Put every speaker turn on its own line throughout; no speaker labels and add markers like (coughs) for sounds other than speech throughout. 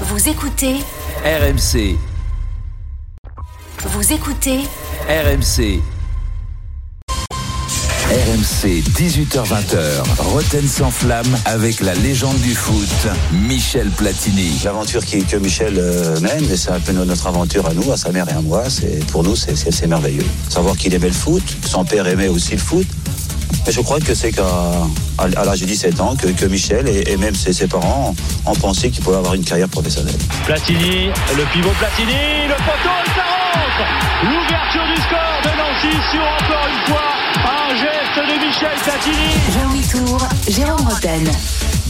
Vous écoutez,
RMC,
vous écoutez
RMC. RMC 18h20h, Roten sans flamme avec la légende du foot, Michel Platini.
L'aventure qui- que Michel euh, mène, et c'est un peu no- notre aventure à nous, à sa mère et à moi, c'est, pour nous, c'est, c'est- c'est merveilleux. Savoir qu'il aimait le foot, son père aimait aussi le foot. Mais je crois que c'est qu'à à, à l'âge de 17 ans que, que Michel et, et même ses, ses parents ont, ont pensé qu'il pouvait avoir une carrière professionnelle.
Platini, le pivot Platini, le poteau, et ça rentre L'ouverture du score de Nancy sur encore une fois un geste de Michel Platini.
Jean-Louis Tour, Jérôme Roten.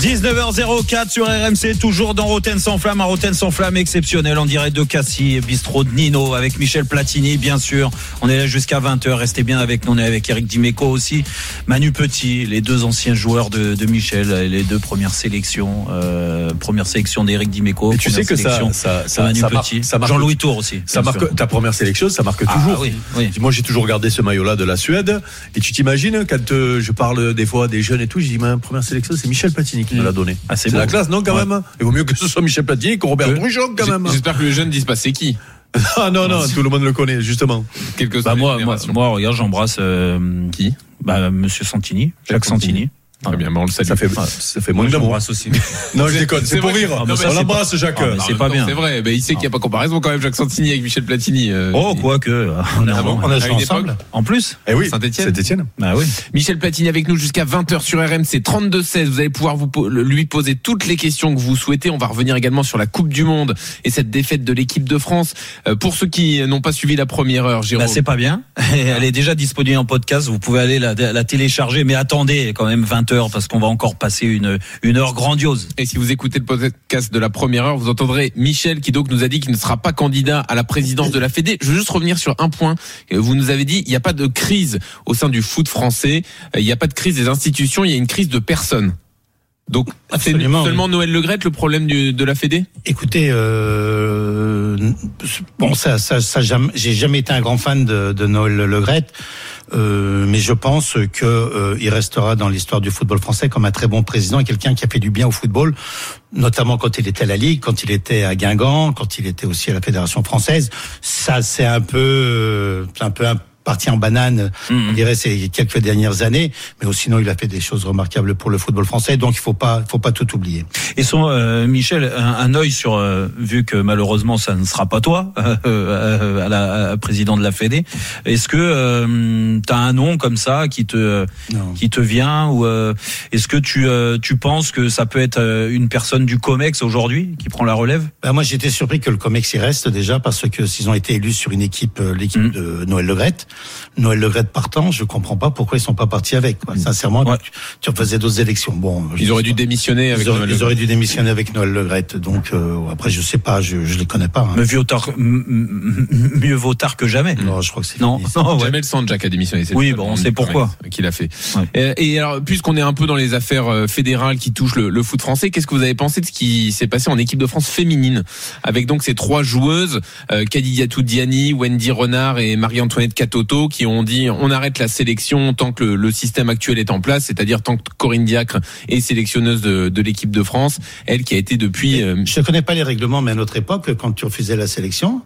19h04 sur RMC, toujours dans Roten sans flamme, un Roten sans flamme exceptionnel en direct de Cassis et Bistrot de Nino avec Michel Platini, bien sûr. On est là jusqu'à 20h, restez bien avec nous. On est avec Eric Dimeco aussi, Manu Petit, les deux anciens joueurs de, de Michel, les deux premières sélections. euh, première sélection d'Eric Dimeco.
Et tu sais que ça- ça- ça- ça marque- ça marque-
Jean-Louis Tour aussi.
Ça
bien sûr.
marque ta première sélection, ça marque
Ah,
toujours.
oui, oui.
Moi, j'ai toujours regardé ce maillot-là de la Suède. Et tu t'imagines quand euh, je parle des fois des jeunes et tout, je dis ma première sélection, c'est Michel Platini qui me l'a donné.
Ah, c'est
c'est
beau.
la classe, non quand
Ouais.
même. hein. Il vaut mieux que ce soit Michel Platini que Robert
Euh,
Brujon quand
J-
même. hein.
J'espère que les jeunes disent pas c'est qui.
(laughs) Ah non non, tout le monde le connaît justement.
Quelque
Bah, moi, moi, moi, regarde, j'embrasse euh,
Qui
bah, Monsieur Santini, Jacques
Jacques Santini.
Santini.
Très bien, mais on le salue.
Ça fait
Ah,
ça fait moins d'amour.
J'embrasse aussi.
Non, je
C'est-
déconne, c'est
c'est
pour
vrai.
rire.
Non, mais
On
c'est
l'embrasse Jacques.
Ah, mais
En
c'est
même
pas
temps,
bien.
C'est vrai, mais il sait qu'il n'y a pas comparaison quand même Jacques Santini avec Michel Platini. euh,
Oh,
et-
quoique. euh, On, est
Ah bon
on a
À
joué
une époque.
ensemble. En plus
Eh oui,
Saint-Étienne.
C'est Étienne.
Bah oui.
Michel Platini avec nous jusqu'à 20h sur RMC 32-16. Vous allez pouvoir vous, po- lui poser toutes les questions que vous souhaitez. On va revenir également sur la Coupe du Monde et cette défaite de l'équipe de France. Euh, Pour ceux qui n'ont pas suivi la première heure, Jérôme.
Bah, c'est pas bien. Elle est déjà disponible en podcast. Vous pouvez aller la, la télécharger. Mais attendez quand même 20 heures parce qu'on va encore passer une, une heure grandiose.
Et si vous écoutez le podcast de la première heure, vous entendrez Michel qui donc nous a dit qu'il ne sera pas candidat à la présidence de la Fédé. Je veux juste revenir sur un point. Euh, Vous nous avez dit il n'y a pas de crise au sein du foot français, Euh, il n'y a pas de crise des institutions, il y a une crise de personnes. Donc c'est
Absolument, oui.
seulement Noël Legrette le problème du- de la Fédé
Écoutez, euh, bon, ça, ça, ça, jamais- j'ai jamais été un grand fan de, de Noël Le Graët, euh, mais je pense que euh, il restera dans l'histoire du football français comme un très bon président et quelqu'un qui a fait du bien au football, notamment quand il était à la Ligue, quand il était à Guingamp, quand il était aussi à la Fédération française. Ça, c'est un peu, euh, c'est un peu un parti en banane,
Mm,
on dirait ces quelques dernières années, mais oh, sinon il a fait des choses remarquables pour le football français, donc il faut pas, faut pas tout oublier.
Et son, euh, Michel, un, un œil sur, euh, vu que malheureusement ça ne sera pas toi, (laughs) euh, euh, à la à président de la Fédé. Est-ce que euh, t'as un nom comme ça qui te,
Non.
qui te vient ou euh, est-ce que tu, euh, tu penses que ça peut être euh, une personne du Comex aujourd'hui qui prend la relève
Ben, moi, j'étais surpris que le Comex y reste déjà parce que s'ils ont été élus sur une équipe, euh, l'équipe
Mm.
de Noël Legrette, Noël Legrette partant, je comprends pas pourquoi ils sont pas partis avec. quoi. Sincèrement,
Ouais.
tu, tu faisais d'autres élections. Bon, je
Mm. Ils auraient
sais
dû
pas.
démissionner avec
Ils auraient,
Noël
ils
Legrette.
auraient dû démissionner avec Noël Legrette. Donc euh, après, je sais pas, je, je les connais pas. hein.
Mais vieux tard- m- m- m- mieux vaut tard que jamais.
Non, je crois que c'est
(laughs)
Non,
fini, ça.
non, (laughs) ouais.
Jamel Sanjak a démissionné. c'est
Oui,
le
bon,
seul
on
membre
sait
du
pourquoi.
Congrès Qu'il a fait.
Ouais.
Euh, Et alors, puisqu'on est un peu dans les affaires euh, fédérales qui touchent le, le foot français, qu'est-ce que vous avez pensé de ce qui s'est passé en équipe de France féminine avec donc ces trois joueuses, euh, Kadidiatou Diani, Wendy Renard et Marie-Antoinette Catoto, qui ont dit on arrête la sélection tant que le, le système actuel est en place, c'est-à-dire tant que Corinne Diacre est sélectionneuse de, de l'équipe de France, elle qui a été depuis euh,
Je connais pas les règlements, mais à notre époque, quand tu refusais la sélection,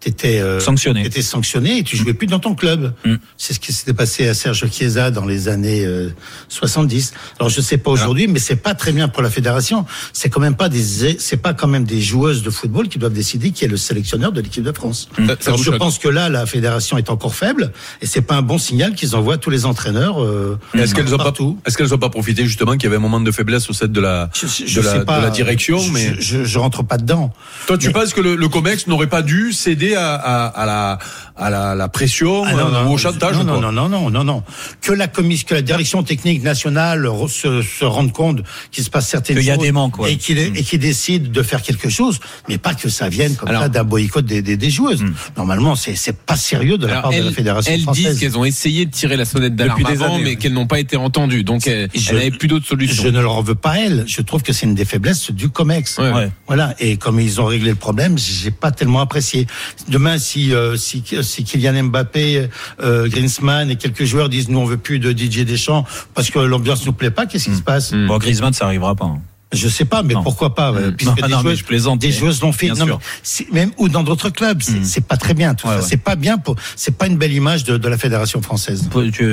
t'étais euh,
Sanctionné.
t'étais sanctionné et tu jouais plus dans ton club.
Mm.
C'est ce qui s'était passé à Serge Chiesa dans les années euh, 70. Alors je sais
Ah.
pas aujourd'hui, mais c'est pas très bien pour la fédération. C'est quand même pas des c'est pas quand même des joueuses de football qui doivent décider qui est le sélectionneur de l'équipe de France.
Mm.
Ça- ça
Alors,
vous
je
choque
pense que là, la fédération est encore faible et c'est pas un bon signal qu'ils envoient tous les entraîneurs. euh,
Est-ce qu'elles ont pas
partout.
Est-ce qu'elles ont pas profité justement qu'il y avait un moment de faiblesse au sein de la
Je, je-
de
je
la-
sais pas,
de la direction,
je-
mais-
je, je- je rentre pas dedans.
Toi, tu
Mais-
penses que le, le Comex n'aurait pas dû céder à, à, à la, à, la, la pression
Ah,
euh, ou au chantage
non,
ou quoi
non, non, non, non, non, non. Que la commission, que la direction technique nationale re- se, se rende compte qu'il se passe certaines
Qu'il
choses
y a des manques, ouais.
et qu'il est- et qu'il décide de faire quelque chose, mais pas que ça vienne comme
Alors-
ça d'un boycott des, des, des joueuses. Normalement, c'est c'est pas sérieux de la
Alors,
part de la
elles,
fédération
elles
française.
disent qu'elles ont essayé de tirer la sonnette d'alarme
Depuis des
avant,
années,
mais
oui.
qu'elles n'ont pas été entendues. Donc, elles
Je-
elles n'avaient plus d'autre solution.
Je ne leur en veux pas elles. Je trouve que c'est une des faiblesses du Comex.
Ouais.
Ouais.
Voilà. Et comme ils ont réglé le problème, j'ai pas tellement apprécié. Demain, si euh, si, si Kylian Mbappé, euh, Griezmann et quelques joueurs disent nous on veut plus de DJ Deschamps parce que l'ambiance nous plaît pas, qu'est-ce qui se passe
Bon, Griezmann, ça arrivera pas. hein.
Je sais pas, mais
Mm. Non.
pourquoi pas ouais,
Mm.
puisque
Ah
des
non, mais
joueuses-
je plaisante,
Des
mais-
joueuses l'ont fait,
bien
non,
sûr. Mm.
mais c'est- même ou dans d'autres clubs, c'est c'est pas très bien. Tout
Ouais,
ça,
ouais.
c'est pas bien pour, c'est pas une belle image de, de la fédération française.
Tu,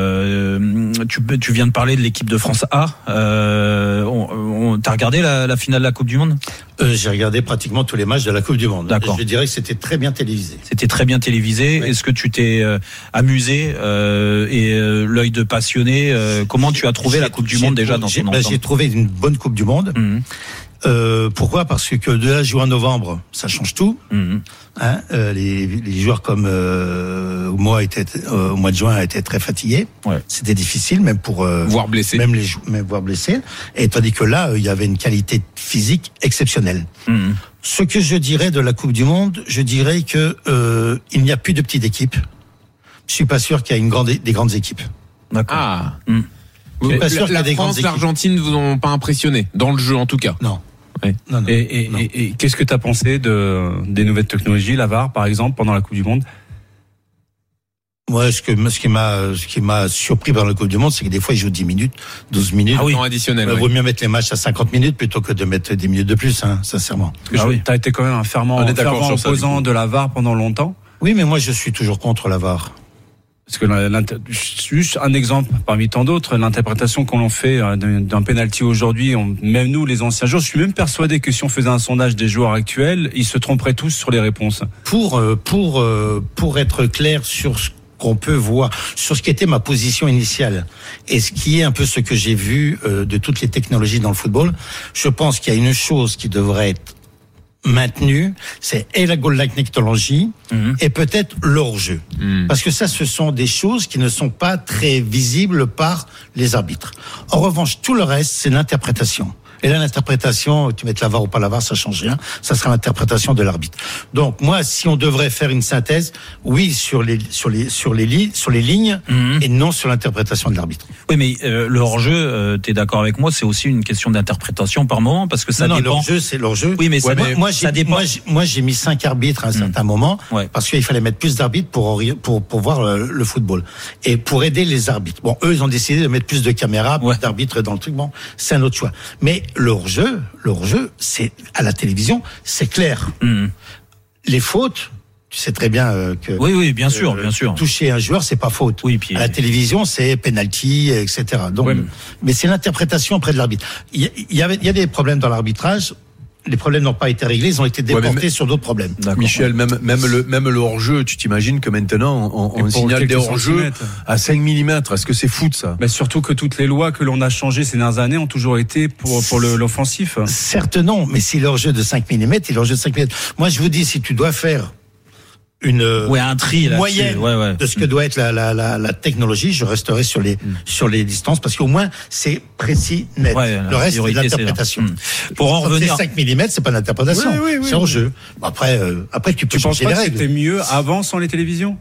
euh, tu, tu viens de parler de l'équipe de France A. Euh, on- on- T'as regardé la, la finale de la Coupe du Monde
Euh, J'ai regardé pratiquement tous les matchs de la Coupe du Monde.
D'accord.
Je dirais que c'était très bien télévisé.
C'était très bien télévisé.
Oui.
Est-ce que tu t'es euh, amusé euh, et euh, l'œil de passionné euh, Comment tu as trouvé la
J'ai-
Coupe du
j'ai
Monde déjà
trouvé-
dans
j'ai-
son
bah, J'ai
ensemble
trouvé une bonne Coupe du Monde.
Mhm,
Euh, pourquoi Parce que de la juin à novembre, ça change tout.
mhm.
Hein, euh, les, les joueurs comme euh, moi étaient euh, au mois de juin étaient très fatigués.
Ouais.
C'était difficile, même pour euh,
voire blessé.
même les jou- même voire blessés. Et tandis que là, euh, il y avait une qualité physique exceptionnelle.
Mhm.
Ce que je dirais de la Coupe du Monde, je dirais que euh, il n'y a plus de petites équipes. Je suis pas sûr qu'il y ait une grande des grandes équipes.
D'accord.
Ah.
Hmm.
Vous-
Pas sûr
la-
qu'il y a
la
des grandes
France,
équipes.
l'Argentine vous ont pas impressionné dans le jeu en tout cas.
Non.
Ouais.
Non, non.
Et, et-
Non.
et- et qu'est-ce que tu as pensé de, des nouvelles technologies, la VAR par exemple, pendant la Coupe du Monde
Moi, ce que ce qui m'a ce qui m'a surpris pendant la Coupe du Monde, c'est que des fois ils jouent 10 minutes, 12 minutes.
En temps additionnel.
Il
ouais.
vaut mieux mettre les matchs à 50 minutes plutôt que de mettre 10 minutes de plus, hein, sincèrement.
Ah oui.
Tu as été quand même un fervent,
On est d'accord
fervent
sur ça, du
opposant
coup.
de la VAR pendant longtemps
Ah Oui, mais moi je suis toujours contre la VAR.
Parce que la- l'inter- juste un exemple parmi tant d'autres, l'interprétation qu'on en fait euh, d'un d'un penalty aujourd'hui, on- même nous les anciens joueurs, je suis même persuadé que si on faisait un sondage des joueurs actuels, ils se tromperaient tous sur les réponses.
Pour euh, pour euh, pour être clair sur ce qu'on peut voir, sur ce qui était ma position initiale et ce qui est un peu ce que j'ai vu euh, de toutes les technologies dans le football, je pense qu'il y a une chose qui devrait être maintenue, c'est et la goal line technologie et peut-être leur jeu.
Hmm.
Parce que ça, ce sont des choses qui ne sont pas très visibles par les arbitres. En revanche, tout le reste, c'est l'interprétation. Et là, l'interprétation, tu mets la VAR ou pas la VAR, ça change rien. Ça sera l'interprétation de l'arbitre. Donc, moi, si on devrait faire une synthèse, oui, sur les, sur les, sur les, li- sur les lignes, et non sur l'interprétation de l'arbitre.
Oui, mais euh, le hors-jeu, euh, t'es d'accord avec moi, c'est aussi une question d'interprétation par moment parce que ça
non, non,
dépend.
leur jeu, c'est leur jeu.
Oui, mais ça
moi,
dé-
moi,
ça
j'ai-
dépend. Hmm.
moi, j'ai- moi, j'ai mis cinq arbitres à un certain moment
Ouais.
parce qu'il fallait mettre plus d'arbitres pour, ori- pour pour voir euh, le football et pour aider les arbitres. Bon, eux, ils ont décidé de mettre plus de caméras, plus
Ouais.
d'arbitres dans le truc. Bon, c'est un autre choix. Mais leur jeu, leur jeu, c'est à la télévision, c'est clair.
Mhm.
Les fautes, tu sais très bien euh, que
Oui, oui, bien sûr,
euh,
bien sûr.
Toucher un joueur, c'est pas faute.
Oui, puis-
à la télévision, c'est penalty, etc. Donc,
Ouais, mais-
mais, c'est l'interprétation auprès de l'arbitre. Il y, a- il y avait- il y a des problèmes dans l'arbitrage. Les problèmes n'ont pas été réglés. Ils ont été
mais-
déportés sur d'autres problèmes.
D'accord.
Michel, même, même le, même le hors-jeu, tu t'imagines que maintenant, on,
Et
on
pour
signale
quelques
des hors-jeux
centimètres.
à 5 mm. Est-ce que c'est foot, ça
Mais surtout que toutes les lois que l'on a changées ces dernières années ont toujours été pour, pour le- l'offensif.
Certes, non, mais si leur jeu de 5 mm, il est leur jeu de 5 mm. Moi, je vous dis, si tu dois faire une euh,
Ouais, un tri là.
moyenne
Ouais, ouais.
de ce que doit être la, la, la, la technologie, je resterai sur les, sur les distances parce qu'au moins, c'est précis, net.
Mm. Ouais, la
le reste, c'est
priorité, c'est
l'interprétation.
là. Mm. Pour en
Quand
revenir-
c'est 5 mm, c'est pas l'interprétation.
Oui, oui, oui,
c'est en
oui.
jeu. Bon, Après, euh, après, tu peux
Tu penses
changer
pas
les
que
règles.
c'était mieux avant sans les télévisions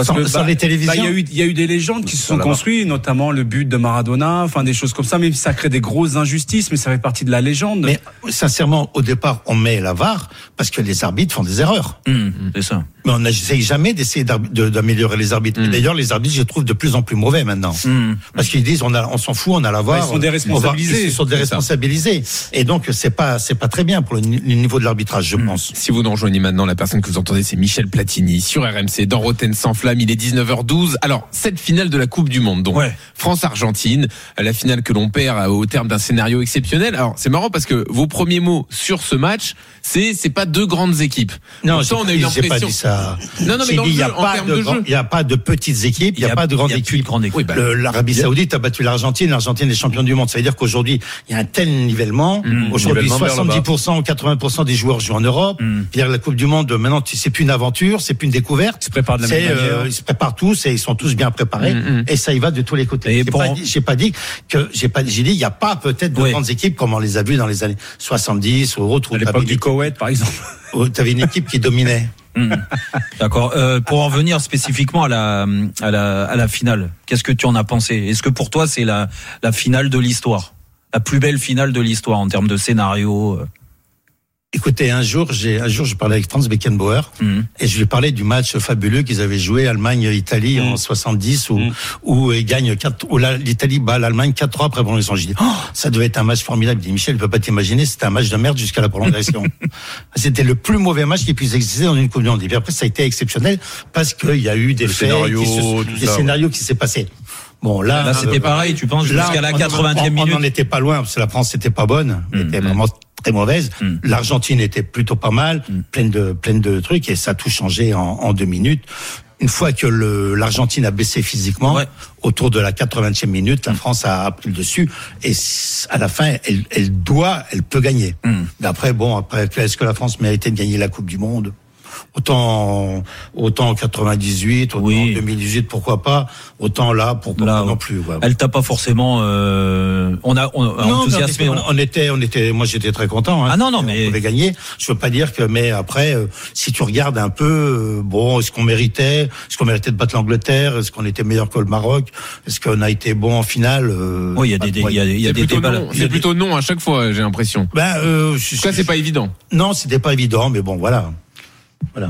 Sans- sans les télévisions
bah, Il y, a eu- il y a eu des légendes qui se sont
la
construites, notamment le but de Maradona, enfin des choses comme ça, même si ça crée des grosses injustices, mais ça fait partie de la légende.
Mais sincèrement, au départ, on met la VAR parce que les arbitres font des erreurs.
Mhm, C'est ça.
Mais on n'essaye jamais d'essayer d'arbi- de- d'améliorer les
Hmm.
arbitres. Et D'ailleurs, les arbitres, je les trouve de plus en plus mauvais maintenant.
Mhm.
Parce qu'ils disent, on, a- on s'en fout, on a la VAR.
Bah, ils sont
on va-
déresponsabilisés.
Ils sont
C'est ça.
déresponsabilisés. Et donc, c'est pas, c'est pas très bien pour le, ni- le niveau de l'arbitrage,
Hmm.
je pense.
Si vous nous rejoignez maintenant, la personne que vous entendez, c'est Michel Platini sur RMC dans Roten sans flamme. Il est 19h12. Alors, cette finale de la Coupe du Monde, donc
Ouais.
France-Argentine, la finale que l'on perd euh, au terme d'un scénario exceptionnel. Alors, c'est marrant parce que vos premiers mots sur ce match, c'est c'est pas deux grandes équipes. Pour ça,
j'ai-
on a eu
j'ai pas
l'impression.
dit ça.
Non, non, mais
J'ai
dans
dit,
le
il n'y a
jeu, en
pas
termes
de
de
grand-
jeu.
il y a pas de petites équipes, il n'y a, pas de grandes
il y a plus
équipes.
de grande équipe.
Oui, bah,
Le- L'Arabie Saoudite a battu l'Argentine. L'Argentine est championne du monde. Ça veut dire qu'aujourd'hui, il y a un tel nivellement. Aujourd'hui,
nivellement vers le bas.
70% ou 80% des joueurs jouent en Europe. C'est-à-dire que la Coupe du Monde, maintenant, tu- c'est plus une aventure, c'est plus une découverte.
Ils se préparent de la
C'est, euh,
même manière.
Ils se préparent tous et ils sont tous bien préparés.
Mm, mm.
Et ça y va de tous les côtés.
Et
J'ai
pour-
pas dit- J'ai pas dit que j'ai pas. J'ai dit il n'y a pas peut-être de
Oui.
grandes équipes comme on les a vues dans les années 70 ou autres. où
à
t'avais
l'époque
une-
du Koweït, par exemple.
où t'avais une équipe qui dominait.
D'accord. Euh, pour en venir spécifiquement à la, à la, à la finale, qu'est-ce que tu en as pensé Est-ce que pour toi, c'est la, la finale de l'histoire La plus belle finale de l'histoire en termes de scénario euh
Écoutez, un jour, j'ai un jour, je parlais avec Franz Beckenbauer
Mhm.
et je lui parlais du match fabuleux qu'ils avaient joué Allemagne-Italie
Mhm.
en 70 où où euh, ils gagnent 4 où la- l'Italie bat l'Allemagne 4-3 après prolongation. J'ai dit oh, ça devait être un match formidable. Il dit Michel, tu peux pas t'imaginer, c'était un match de merde jusqu'à la
(laughs)
prolongation. Ah, c'était le plus mauvais match qui puisse exister dans une Coupe du Monde. Et puis après, ça a été exceptionnel parce qu'il y a eu des
Le
faits,
scénario,
qui se-
tout
des
ça, ouais.
scénarios qui s'est passé. Bon
Ah,
là,
Là, c'était
euh,
pareil, tu penses,
Là,
jusqu'à la
on-
80e
on-
minute. Mm.
On n'en était pas loin, parce que la France n'était pas bonne, était vraiment très mauvaise. L'Argentine était plutôt pas mal,
Mm.
pleine de pleine de trucs, et ça a tout changé en, en deux minutes. Une fois que le- l'Argentine a baissé physiquement,
Ouais. Mm.
autour de la 80e minute, la France a, a pris le dessus, et s- à la fin, elle, elle doit, elle peut gagner.
Mm.
D'après, bon, après, est-ce que la France méritait de gagner la Coupe du Monde Autant, autant en 98, autant
Oui.
en 2018, pourquoi pas Autant là, pourquoi
Là,
pas non
ouais.
plus ouais.
Elle t'a pas forcément. euh, on a on, a
Non, mais on
enthousiasmé.
était- on,
on-
on était, on était, moi j'étais très content. hein.
Ah non, non, mais-
on avait gagné. Je veux pas dire que, mais après, euh, si tu regardes un peu, euh, bon, est-ce qu'on méritait, est-ce qu'on méritait de battre l'angleterre, est-ce qu'on était meilleur que le Maroc, est-ce qu'on a été bon en finale. euh,
Oui, il y a des, des- il y a, des- il y a
C'est
des
plutôt
débats. là.
non. C'est plutôt non à chaque fois, j'ai l'impression.
Ben, euh, je-
Ça, c'est pas évident.
non, c'était pas évident, mais bon, voilà.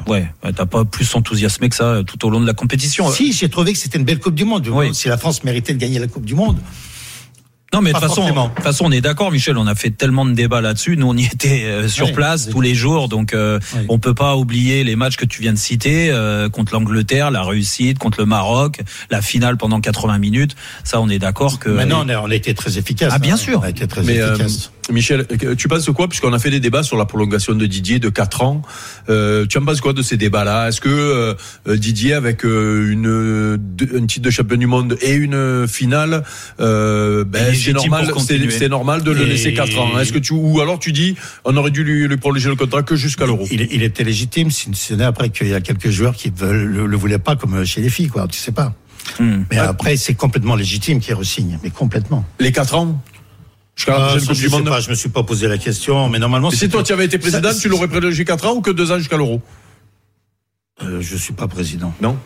Ouais, ouais, t'as pas plus enthousiasmé que ça euh, tout au long de la compétition.
Si j'ai trouvé que c'était une belle Coupe du Monde.
Oui.
Si la France méritait de gagner la Coupe du Monde,
Non, mais de
Pas
toute façon,
forcément.
de toute façon, on est d'accord, Michel. On a fait tellement de débats là-dessus. Nous, on y était euh, sur
Ouais.
place tous les jours, donc euh,
Ouais.
on peut pas oublier les matchs que tu viens de citer euh, contre l'Angleterre, la réussite, contre le Maroc, la finale pendant 80 minutes. Ça, on est d'accord que.
maintenant on a, on a été très efficace. hein.
Ah, bien sûr.
On a été très
Mais euh,
efficace.
Michel, tu penses quoi Puisqu'on a fait des débats sur la prolongation de Didier de 4 ans, euh, tu en penses quoi de ces débats-là Est-ce que euh, euh, Didier, avec euh, une, euh, deux- un titre de champion du monde et une euh, finale, euh,
Il est
ben, c'est
légitime
normal,
pour
c'est
continuer.
c'est normal de le
Et-
laisser 4 ans Est-ce que tu ou alors tu dis on aurait dû lui, lui prolonger le contrat que jusqu'à l'Euro
Il, il était légitime, si ce n'est après qu'il y a quelques joueurs qui veulent, le, le voulaient pas, comme euh, chez les filles, quoi. Tu sais pas.
Hmm.
Mais après, c'est complètement légitime qu'il ressigne, mais complètement.
Les 4 ans jusqu'à la
Ah,
prochaine
ça,
Coupe
je
du
sais
Monde
pas, je me suis pas posé la question, mais normalement.
Et
c'est-
Si toi tu avais été président,
Ça,
tu l'aurais prolongé 4 ans ou que 2 ans jusqu'à l'Euro
Euh, je suis pas président.
Non.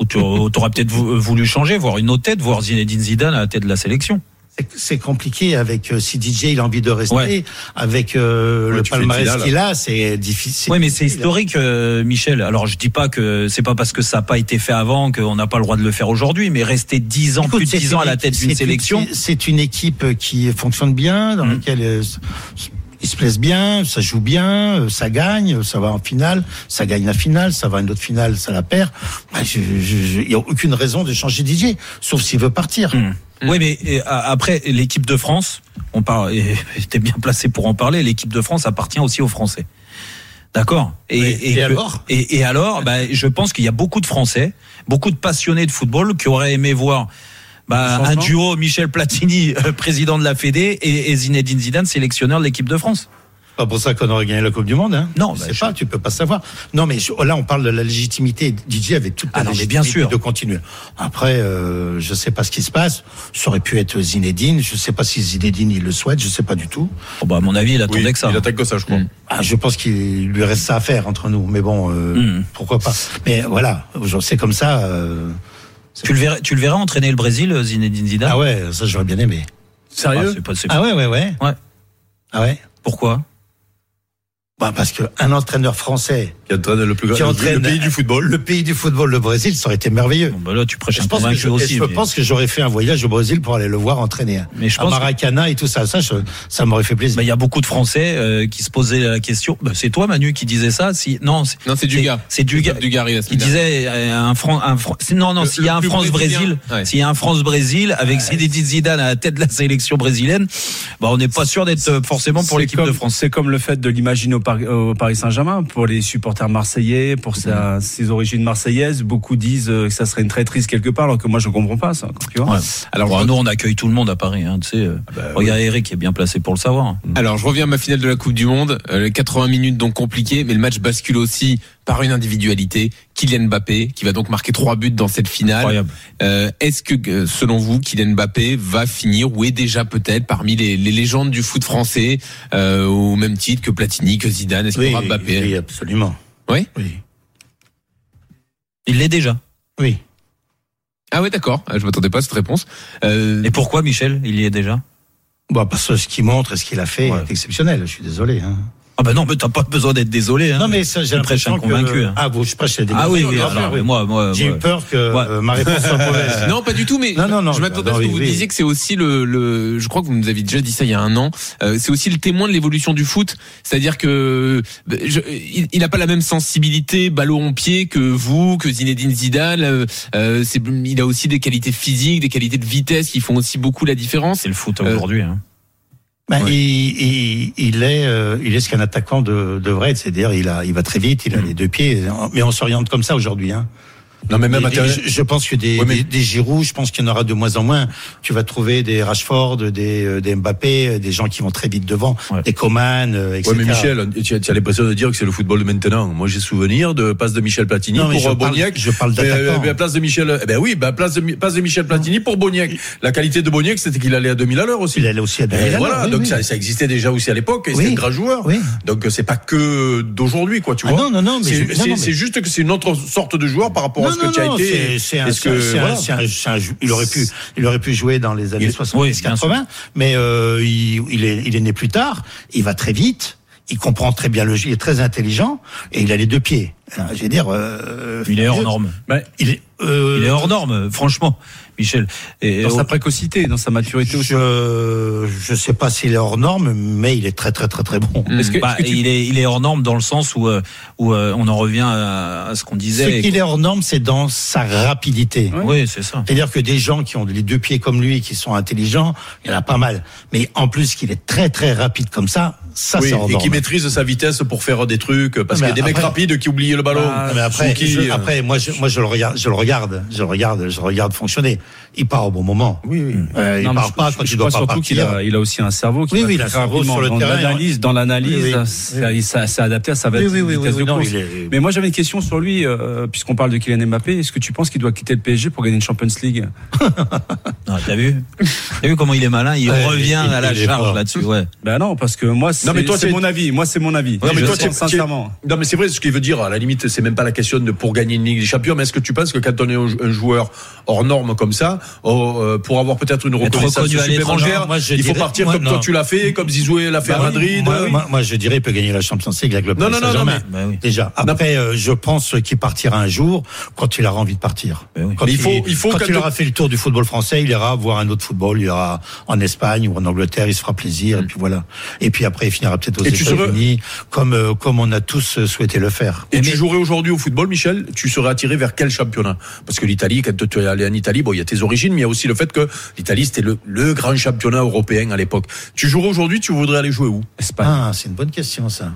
Ou tu aurais peut-être vou- voulu changer, voir une autre tête, voir Zinedine Zidane à la tête de la sélection.
C'est- C'est compliqué avec euh, si DJ il a envie de rester,
Ouais.
avec euh,
Ouais,
le
tu fais
palmarès
Zidane.
qu'il a, c'est difficile. hein.
Oui, mais c'est historique, euh, Michel. Alors, je dis pas que c'est pas parce que ça n'a pas été fait avant qu'on n'a pas le droit de le faire aujourd'hui, mais rester 10 ans,
Écoute,
plus de
c'est
10 ans à
une
la tête
équipe-
d'une
c'est une-
sélection. Mmh.
c'est- C'est une équipe qui fonctionne bien, dans laquelle euh, s- s- ils se plaisent bien, ça joue bien, euh, ça gagne, euh, ça va en finale, ça gagne la finale, ça va à une autre finale, ça la perd. Bah, je- je- je- Il n'y a aucune raison de changer DJ, sauf s'il veut partir.
Mmh. Oui, mais et, a- après, l'équipe de France, on parle, et (laughs) t'es bien placé pour en parler, l'équipe de France appartient aussi aux Français. D'accord et,
Oui. Et
que-
alors
et, et alors, bah, je pense qu'il y a beaucoup de Français, beaucoup de passionnés de football qui auraient aimé voir bah, un duo Michel Platini, (laughs) euh, président de la Fédé, et, et Zinedine Zidane, sélectionneur de l'équipe de France.
Pas pour ça qu'on aurait gagné la Coupe du Monde. Hein.
Non,
je
bah,
sais
je-
pas, tu peux pas savoir. Non, mais je- là, on parle de la légitimité. DJ avec toute la
Ah non, mais bien sûr.
légitimité de continuer. Après, euh, je sais pas ce qui se passe. Ça aurait pu être Zinedine. Je sais pas si Zinedine il le souhaite. Je sais pas du tout.
Bon, bah, à mon avis, il
Oui,
attendait que ça.
Il attaque que ça, je crois.
Ah, je pense qu'il lui reste ça à faire entre nous. Mais bon, euh,
Mm.
pourquoi pas. Mais voilà, je- c'est comme ça. euh,
Tu le verrais, tu le verrais entraîner le Brésil, euh, Zinedine Zidane
Ah ouais, ça j'aurais bien aimé.
Ah,
Sérieux
c'est pas- c'est-
Ah ouais, ouais, ouais.
Ouais.
Ah ouais.
Pourquoi
Bah, parce qu'un entraîneur français
Qui entraîne le plus
qui
grand le
entraîne
pays du football
le pays du football, le Brésil, ça aurait été merveilleux.
Bon, bah, Là, tu prêches
Je
un
pense, que
convaincu
je,
aussi.
je
mais-
pense que j'aurais fait un voyage au Brésil pour aller le voir entraîner.
Mais je
à
pense que-
Maracana et tout ça, ça, je- ça m'aurait fait plaisir.
Bah, Il y a beaucoup de Français euh, qui se posaient la question. Bah, c'est toi, Manu, qui disais ça Si non, c'est
Non, c'est Dugas.
C'est Dugas.
Top Dugas arrive la
Qui
semaine dernière.
disait euh, un Fran- un Fran- c'est- non non
Le-
s'il y a
le
un
plus
France Brésil
brésilien. Ouais.
s'il y a un France Brésil avec Zinedine Zidane à la tête de la sélection brésilienne bah on n'est pas sûr d'être euh, forcément pour
C'est
l'équipe
comme-
de France
C'est comme le fait de l'imaginer au, Par- au Paris Saint-Germain, pour les supporters marseillais, pour sa- ses origines marseillaises. Beaucoup disent euh, que ça serait une traîtrise quelque part, alors que moi je comprends pas ça. tu vois.
Ouais.
Alors,
Bon,
je-
nous on accueille tout le monde à Paris hein, tu sais euh, regarde Eric qui est bien placé pour le savoir hein.
Alors, je reviens à ma finale de la Coupe du Monde. Euh, les 80 minutes donc compliquées, mais le match bascule aussi par une individualité. Kylian Mbappé, qui va donc marquer trois buts dans cette finale.
incroyable
Euh, Est-ce que, euh, selon vous, Kylian Mbappé va finir ou est déjà peut-être parmi les, les légendes du foot français, euh, au même titre que Platini, que Zidane Est-ce qu'il y aura Mbappé
oui, absolument.
Oui
Oui.
il l'est déjà
Oui.
Ah ouais, d'accord. Euh, Je m'attendais pas à cette réponse. Euh,
et pourquoi Michel il y est déjà
Bon, Bah, parce que ce qu'il montre et ce qu'il a fait
Ouais.
est exceptionnel, je suis désolé. Hein.
Ah bah non, mais t'as pas besoin d'être désolé. hein.
Non, mais ça, j'ai
Tu prêches
l'impression
un convaincu,
que.
hein.
Ah, vous, je prêche à des
Ah oui, oui,
convaincus,
alors,
oui.
mais moi, moi,
J'ai
moi.
eu peur que
Ouais.
euh, ma réponse
(laughs)
soit mauvaise.
Non, pas du tout, mais
Non, non, non,
je m'attendais à
non,
ce que
oui,
vous
oui.
disiez que c'est aussi le, le- Je crois que vous nous aviez déjà dit ça il y a un an. euh, c'est aussi le témoin de l'évolution du foot. C'est-à-dire que euh, je- il il n'a pas la même sensibilité ballon au pied que vous, que Zinedine Zidane. euh, euh, c'est- il a aussi des qualités physiques, des qualités de vitesse qui font aussi beaucoup la différence.
C'est le foot aujourd'hui. hein.
Ben, il, il- il est, euh, il est ce qu'un attaquant de, devrait être, c'est-à-dire il a, il va très vite,
Mm.
il a les deux pieds, mais on s'oriente comme ça aujourd'hui. Hein.
Non, mais même
Et-
à
et
terre-
je, je pense que des,
Ouais, mais-
des, des Giroud, je pense qu'il y en aura de moins en moins. Tu vas trouver des Rashford, des, euh, des Mbappé, euh, des gens qui vont très vite devant,
Ouais.
des Coman, euh, etc.
Ouais, mais Michel, tu as, tu as l'impression de dire que c'est le football de maintenant. Moi, j'ai souvenir de passe de Michel Platini
Non, mais
pour
je
euh,
parle-
Boniek.
je parle
Mais,
d'attaquant.
euh, place de Michel. Eh ben oui, bah, place de, Mi- passe de Michel Platini pour Boniek. La qualité de Boniek, c'était qu'il allait à 2000 à l'heure aussi.
il allait aussi à
Et
Dallas.
voilà,
Oui,
donc
oui.
Ça, ça existait déjà aussi à l'époque. Et
Oui.
C'était un grand joueur.
Oui.
Donc euh, c'est pas que d'aujourd'hui, quoi, tu
Ah
vois.
non, non, non, mais
C'est-
je- non,
c'est
non, mais-
c'est juste que c'est une autre sorte de joueur par rapport à ce que tu as
non,
été.
c'est- C'est un,
Est-ce
c'est
que-
un- c'est un-
voilà.
c'est un- c'est un jou- il aurait pu, il aurait pu jouer dans les années
Il-
70,
oui, bien
80, mais euh, il, il est, il est né plus tard. Il va très vite. Il comprend très bien le jeu. Il est très intelligent et il a les deux pieds. Alors, je veux dire, euh,
Il est hors
Dieu,
norme.
Il est, euh,
Il est hors norme, franchement, Michel. Et,
Dans
oh,
sa précocité, dans sa maturité aussi.
Je, je sais pas s'il est hors norme, mais il est très très très très bon.
Est-ce que-
bah,
est-ce que tu-
il, est, il est hors norme dans le sens où, euh, où euh, on en revient à, à ce qu'on
Ce
disait.
qu'il est hors norme, c'est dans sa rapidité.
Oui, c'est ça.
C'est-à-dire que des gens qui ont les deux pieds comme lui, qui sont intelligents, il y en a pas mal. Mais en plus qu'il est très très rapide comme ça, ça
Oui,
c'est hors
et qui
norme.
maîtrise sa vitesse pour faire des trucs, parce
Mais
qu'il y a des mecs
après-
rapides qui oublient le ballon.
Ah, mais après,
Ou qui,
je-
euh,
après, moi, je, moi, je le regarde, je le regarde, je le regarde, je le regarde fonctionner. Il part au bon moment.
Oui, oui.
Euh, il
Non, mais
part
je-
pas
je-
quand
je
il doit
crois
pas
surtout qu'il
partir.
a, il a aussi un cerveau qui
Oui,
va
oui, il
très
a un cerveau
rapidement
sur le
dans
terrain,
l'analyse, dans l'analyse, euh,
Oui, oui.
ça- il s'est s'est adapté à sa
Oui, oui, oui,
vitesse
oui,
de
non,
course.
il est-
Mais moi j'avais une question sur lui, euh, puisqu'on parle de Kylian Mbappé. Est-ce que tu penses qu'il doit quitter le PSG pour gagner une Champions League
Ah, T'as vu T'as vu comment il est malin Il
Ouais,
revient
il-
à la
il est
charge
fort.
là-dessus. Ouais.
Ben non, parce que moi c'est
Non, mais toi,
c'est
t'es-
mon avis. Moi c'est mon avis.
Non
Je
mais, toi,
pense
tu es- tu es-
sincèrement.
non mais c'est vrai ce qu'il veut dire à la limite c'est même pas la question de pour gagner une Ligue des Champions mais est-ce que tu penses que quand on est un jou- un joueur hors norme comme ça oh, euh, pour avoir peut-être une
Être
reconnaissance
reconnu à
supplémentaire
l'étranger,
moi, je
il faut
dirais-
partir
moi,
comme
non.
toi tu l'as fait comme Zizoué l'a fait à
Bah oui,
Madrid
Moi, moi- moi, je dirais, il peut gagner la Champions League avec le
Non,
Paris
non, non, non,
Saint-Germain.
mais- bah oui.
Déjà. Après, euh, je pense qu'il partira un jour quand il aura envie de partir.
Mais oui.
Quand
Bah Mais il faut- il faut
quand
qu'à
il
deux-
aura fait le tour du football français, il ira voir un autre football. Il ira en Espagne ou en Angleterre. Il se fera plaisir. Et puis voilà. Et puis après, il finira peut-être aux
Mm. Et tu serais-
États-Unis, comme euh, comme on a tous euh, souhaité le faire.
et tu jouerais aujourd'hui au football Michel tu serais attiré vers quel championnat parce que l'Italie quand tu es allé en Italie bon il y a tes origines mais il y a aussi le fait que l'Italie c'était le, le grand championnat européen à l'époque tu jouerais aujourd'hui tu voudrais aller jouer où
Espagne.
Ah, c'est une bonne question ça.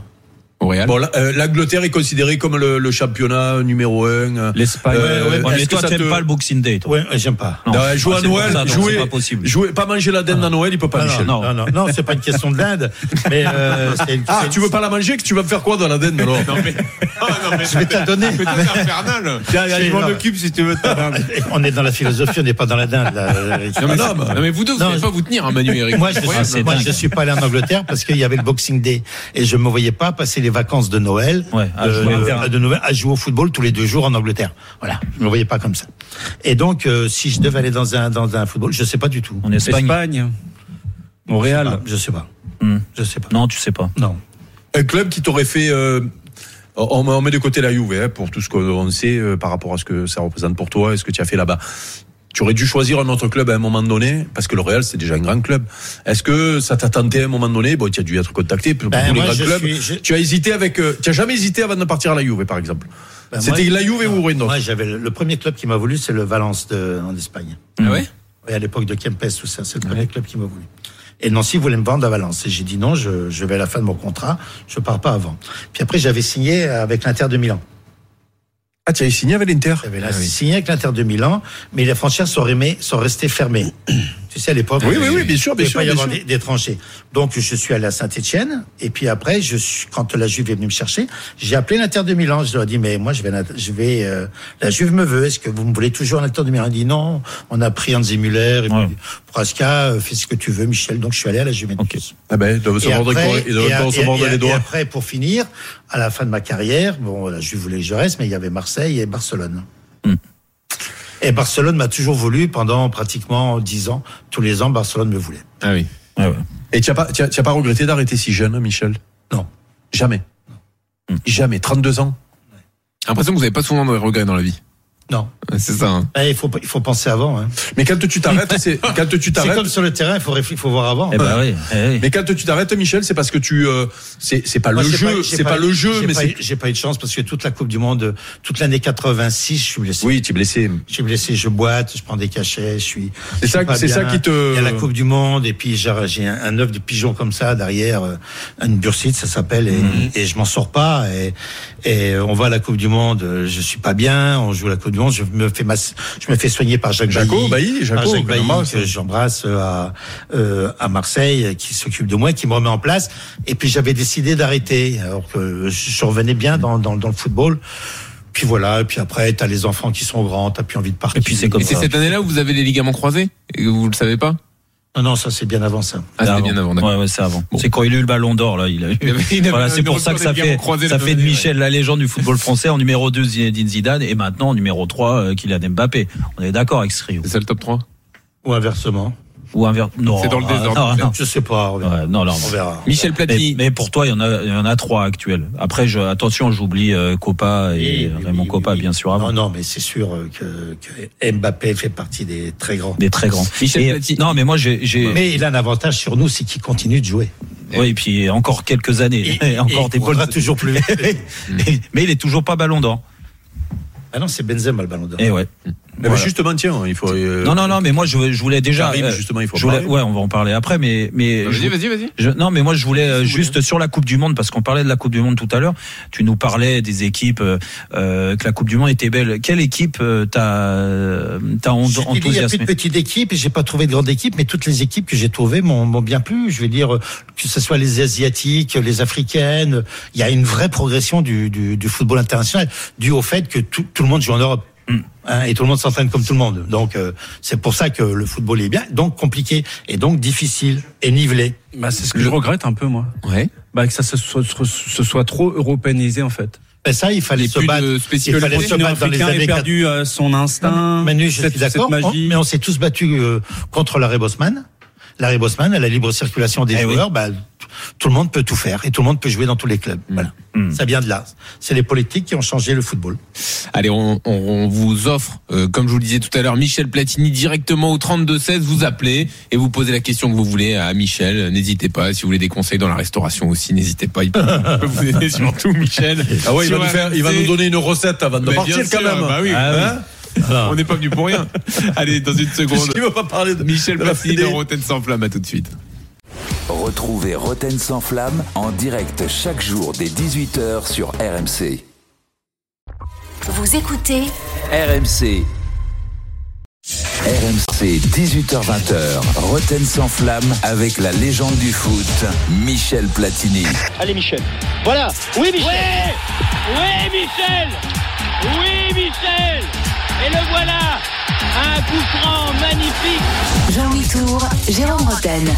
au Real
Bon, la- euh, l'Angleterre est considérée comme le, le championnat numéro un. euh,
L'Espagne.
Euh,
Ouais, ouais.
Ouais,
est-ce
mais
que
toi,
ça
t'aimes
te-
pas le Boxing Day, toi
Ouais, j'aime pas.
Non, ah,
Bah, jouer à
c'est pour
Noël,
ça, donc
jouer,
c'est pas possible.
jouer- pas manger la dinde à Noël, il peut pas,
Ah,
Michel.
non, non, non, non, c'est pas une question de
(laughs)
l'Inde, mais euh, c'est une-
Ah,
c'est-
tu veux pas la manger que tu vas me faire quoi dans la dinde alors
(laughs) Je vais te la donner.
Ah,
je m'en
occupe si tu veux. (laughs) on est dans la philosophie, on n'est pas dans la dinde. là.
non, mais, non,
non, bah-
mais vous deux, vous
Ah. Non,
ne
je-
pas vous tenir, hein, Manu et Eric.
Moi, je,
Ouais,
hein.
suis,
c'est
moi,
dingue.
je suis pas allé en Angleterre parce qu'il y avait le Boxing Day et je me voyais pas passer les vacances de Noël,
Ouais, à
de-
jouer au
de-
terrain.
de Noël, à jouer au football tous les deux jours en Angleterre. Voilà, je me voyais pas comme ça. Et donc, euh, si je devais aller dans un dans un football, je sais pas du tout.
En Espagne
Espagne. Au
Ah,
Real.
je sais pas.
Hmm.
Je sais pas.
Non, tu sais pas.
Non.
Un club qui t'aurait fait. euh, on, on met de côté la Juve hein, pour tout ce qu'on sait euh, par rapport à ce que ça représente pour toi et ce que tu as fait là-bas. Tu aurais dû choisir un autre club à un moment donné parce que le Real c'est déjà un grand club. Est-ce que ça t'a tenté à un moment donné Bon, tu as dû être contacté pour
Ben,
tous les
moi,
grands
je
clubs.
suis- je-
Tu as hésité avec. euh, tu as jamais hésité avant de partir à la Juve par exemple.
Ben,
C'était
moi,
la Juve
non.
ou rien d'autre
Moi, j'avais le, le premier club qui m'a voulu, c'est le Valence de, en Espagne.
Ah ouais
Et à l'époque de Kempes, tout ça, c'est le premier club qui m'a voulu. Et Nancy voulait me vendre à Valence. Et j'ai dit non, je, je vais à la fin de mon contrat, je pars pas avant. Puis après, j'avais signé avec l'Inter de Milan.
Ah, tu avais signé avec l'Inter. Ah
J'avais là- signé avec l'Inter de Milan, mais les frontières sont, remées- sont restées
(coughs)
fermées. tu sais, à l'époque, euh,
Oui, oui, oui, bien sûr,
il pouvait
bien sûr,
pas y
bien
avoir
sûr.
des- d'étrangers. Donc, je suis allé à Saint-Etienne, et puis après, je suis, quand la Juve est venue me chercher, j'ai appelé l'Inter de Milan. Je leur ai dit, mais moi, je vais, à l'Inter- je vais, euh, la Juve me veut. Est-ce que vous me voulez toujours à l'Inter de Milan? Ils dit non. On a pris Anzi Muller, et
Ouais.
puis Praska, euh, fais ce que tu veux, Michel. Donc, je suis allé à la Juventus.
Ok.
Ah ben, ils doivent se
Et
mordre
après-
les- ils doivent
et à-
se
et-
mordre
et-
les
et
doigts.
après, pour finir, à la fin de ma carrière, bon, là, je voulais que je reste, mais il y avait Marseille et Barcelone.
Hmm.
Et Barcelone m'a toujours voulu pendant pratiquement 10 ans. Tous les ans, Barcelone me voulait.
Ah oui.
Ouais, ouais.
Et tu n'as pas, tu as- tu as pas regretté d'arrêter si jeune, hein, Michel
Non.
Jamais. Jamais. 32 ans.
J'ai l'impression que vous n'avez pas souvent de regrets dans la vie.
Non.
Ouais, C'est ça. hein.
Eh, il, faut, il faut penser avant. hein.
Mais quand tu t'arrêtes, c'est quand tu
C'est
t'arrêtes.
comme sur le terrain, il faut, réfl- il faut voir avant.
Eh ben oui. eh oui.
Mais quand tu t'arrêtes, Michel, c'est parce que tu euh, c'est c'est pas
Moi,
le
j'ai
jeu,
j'ai
c'est pas, le jeu,
j'ai
mais
pas
c'est
eu- J'ai pas eu de chance parce que toute la Coupe du Monde, euh, toute l'année 86, je suis blessé.
oui, tu es blessé.
Je suis blessé, je boite, je prends des cachets, je suis.
C'est
je
ça-
suis pas
c'est
bien.
ça qui te-
Il y a la Coupe du Monde et puis j'ai j'ai un, un œuf de pigeon comme ça derrière, euh, une bursite, ça s'appelle, et,
Mhm.
et je m'en sors pas. Et, et on va à la Coupe du Monde, euh, je suis pas bien. On joue à la Coupe du Monde, je me fais masse- je me fais soigner par Jacques
Jaco,
Bailly,
Bailly,
par
Jaco, hein.
Jacques
qu'on
Bailly,
embrasse.
que j'embrasse euh, à, euh, à Marseille, euh, qui s'occupe de moi, qui me remet en place. Et puis j'avais décidé d'arrêter, alors que je revenais bien dans, dans, dans le football. Puis voilà, et puis après, t'as les enfants qui sont grands, t'as plus envie de partir.
Et puis c'est comme
Et c'est
ça.
cette année-là où vous avez les ligaments croisés et que vous le savez pas
Non, non, ça c'est bien avant ça.
Ah, c'était bien avant, d'accord.
Ouais, ouais, c'est avant.
Bon.
C'est quand il a eu le ballon d'or, là. Il a eu.
(laughs) Il avait- il avait
voilà,
un
c'est pour
record
ça que
des
ça
ligaments
fait,
croisés
ça
de
fait de
Donnelly,
Michel la légende du football français en numéro 2 Zinedine Zidane et maintenant en numéro 3 euh, Kylian Mbappé. On est d'accord avec ce trio.
C'est ça le top 3
Ou inversement.
Ou inverse. Non.
C'est dans le
ah,
désordre,
non,
Je sais pas. On
non.
verra.
Ouais, non, non.
On verra.
Michel
Mais,
Platini.
mais pour toi, il y en a, il y en a trois actuels. Après, je, attention, j'oublie euh, Copa et
Oui, oui,
Raymond
oui,
Copa,
oui.
bien sûr, avant.
Non, non, mais c'est sûr euh, que, que Mbappé fait partie des très grands.
Des très grands.
Michel
Et-
Platini.
Non, mais moi, j'ai, j'ai-
Mais il a un avantage sur nous, c'est qu'il continue de jouer.
oui, et puis encore quelques années, (laughs)
Et-
encore
et
des
il courra
bonnes-
toujours
(laughs)
plus vite.
mais il est toujours pas ballon d'or.
ah non, c'est Benzema le ballon d'or.
Et ouais.
Mais
Voilà.
justement, tiens, il faut. euh,
Non, non, non, mais moi, je, je voulais déjà. euh,
J'arrive, justement, il faut en
je voulais-
parler.
Ouais, on va en parler après, mais. mais je-
Vas-y, vas-y, vas-y.
je- non, mais moi je voulais euh, juste sur la Coupe du Monde parce qu'on parlait de la Coupe du Monde tout à l'heure. Tu nous parlais des équipes euh, euh, que la Coupe du Monde était belle. Quelle équipe euh, t'as euh, t'as en-
Je dis, Il y a plus de
enthousiasmé
petites équipes et j'ai pas trouvé de grande équipe, mais toutes les équipes que j'ai trouvées m'ont m'ont bien plu. Je veux dire, euh, que ce soit les asiatiques, les africaines, il y a une vraie progression du, du, du football international dû au fait que tout, tout le monde joue en Europe. Hein, et tout le monde s'entraîne comme tout le monde. Donc euh, c'est pour ça que le football est bien, donc compliqué et donc difficile et nivelé.
Bah, c'est ce que je regrette un peu, moi.
Ouais.
Bah, que ça se soit, se soit trop européanisé, en fait.
Ben ça, il fallait
Les
se
plus
battre.
de
Il
spécificités.
fallait se
continent
battre dans les
africain
années
ait perdu euh, son instinct.
Manu, je
cette-
suis d'accord,
cette
on-
magie.
mais on s'est tous battus euh, contre l'arrêt Bosman. L'arrêt Bosman, à la libre circulation des
Eh oui.
joueurs, bah, t- tout le monde peut tout faire et tout le monde peut jouer dans tous les clubs.
Mm.
Voilà. Ça vient de là. C'est les politiques qui ont changé le football.
Allez, on, on- on vous offre, euh, comme je vous le disais tout à l'heure, Michel Platini directement au 32-16. Vous appelez et vous posez la question que vous voulez à Michel. N'hésitez pas. Si vous voulez des conseils dans la restauration aussi, n'hésitez pas. Il peut (laughs) il peut vous aider surtout, Michel.
Ah ouais, il va,
Sur
nous faire, il va
RMC.
nous donner une recette avant de
Mais
partir
bien sûr,
quand même.
bah oui. Ah
Hein
On n'est pas venu pour (laughs) rien. Allez, dans une seconde.
Puisqu'il veut pas parler
(laughs)
de
Michel
de la
Platini
Fédé.
dans Rotten sans flamme. À tout de suite.
Retrouvez Roten sans flamme en direct chaque jour dès 18h sur RMC.
Vous écoutez
RMC. RMC 18h20h, Roten sans flamme avec la légende du foot, Michel Platini.
Allez Michel. Voilà. Oui Michel. Oui Michel. Oui Michel. Et le voilà. Un coup franc magnifique.
Jean-Louis Tour, Jérôme Roten.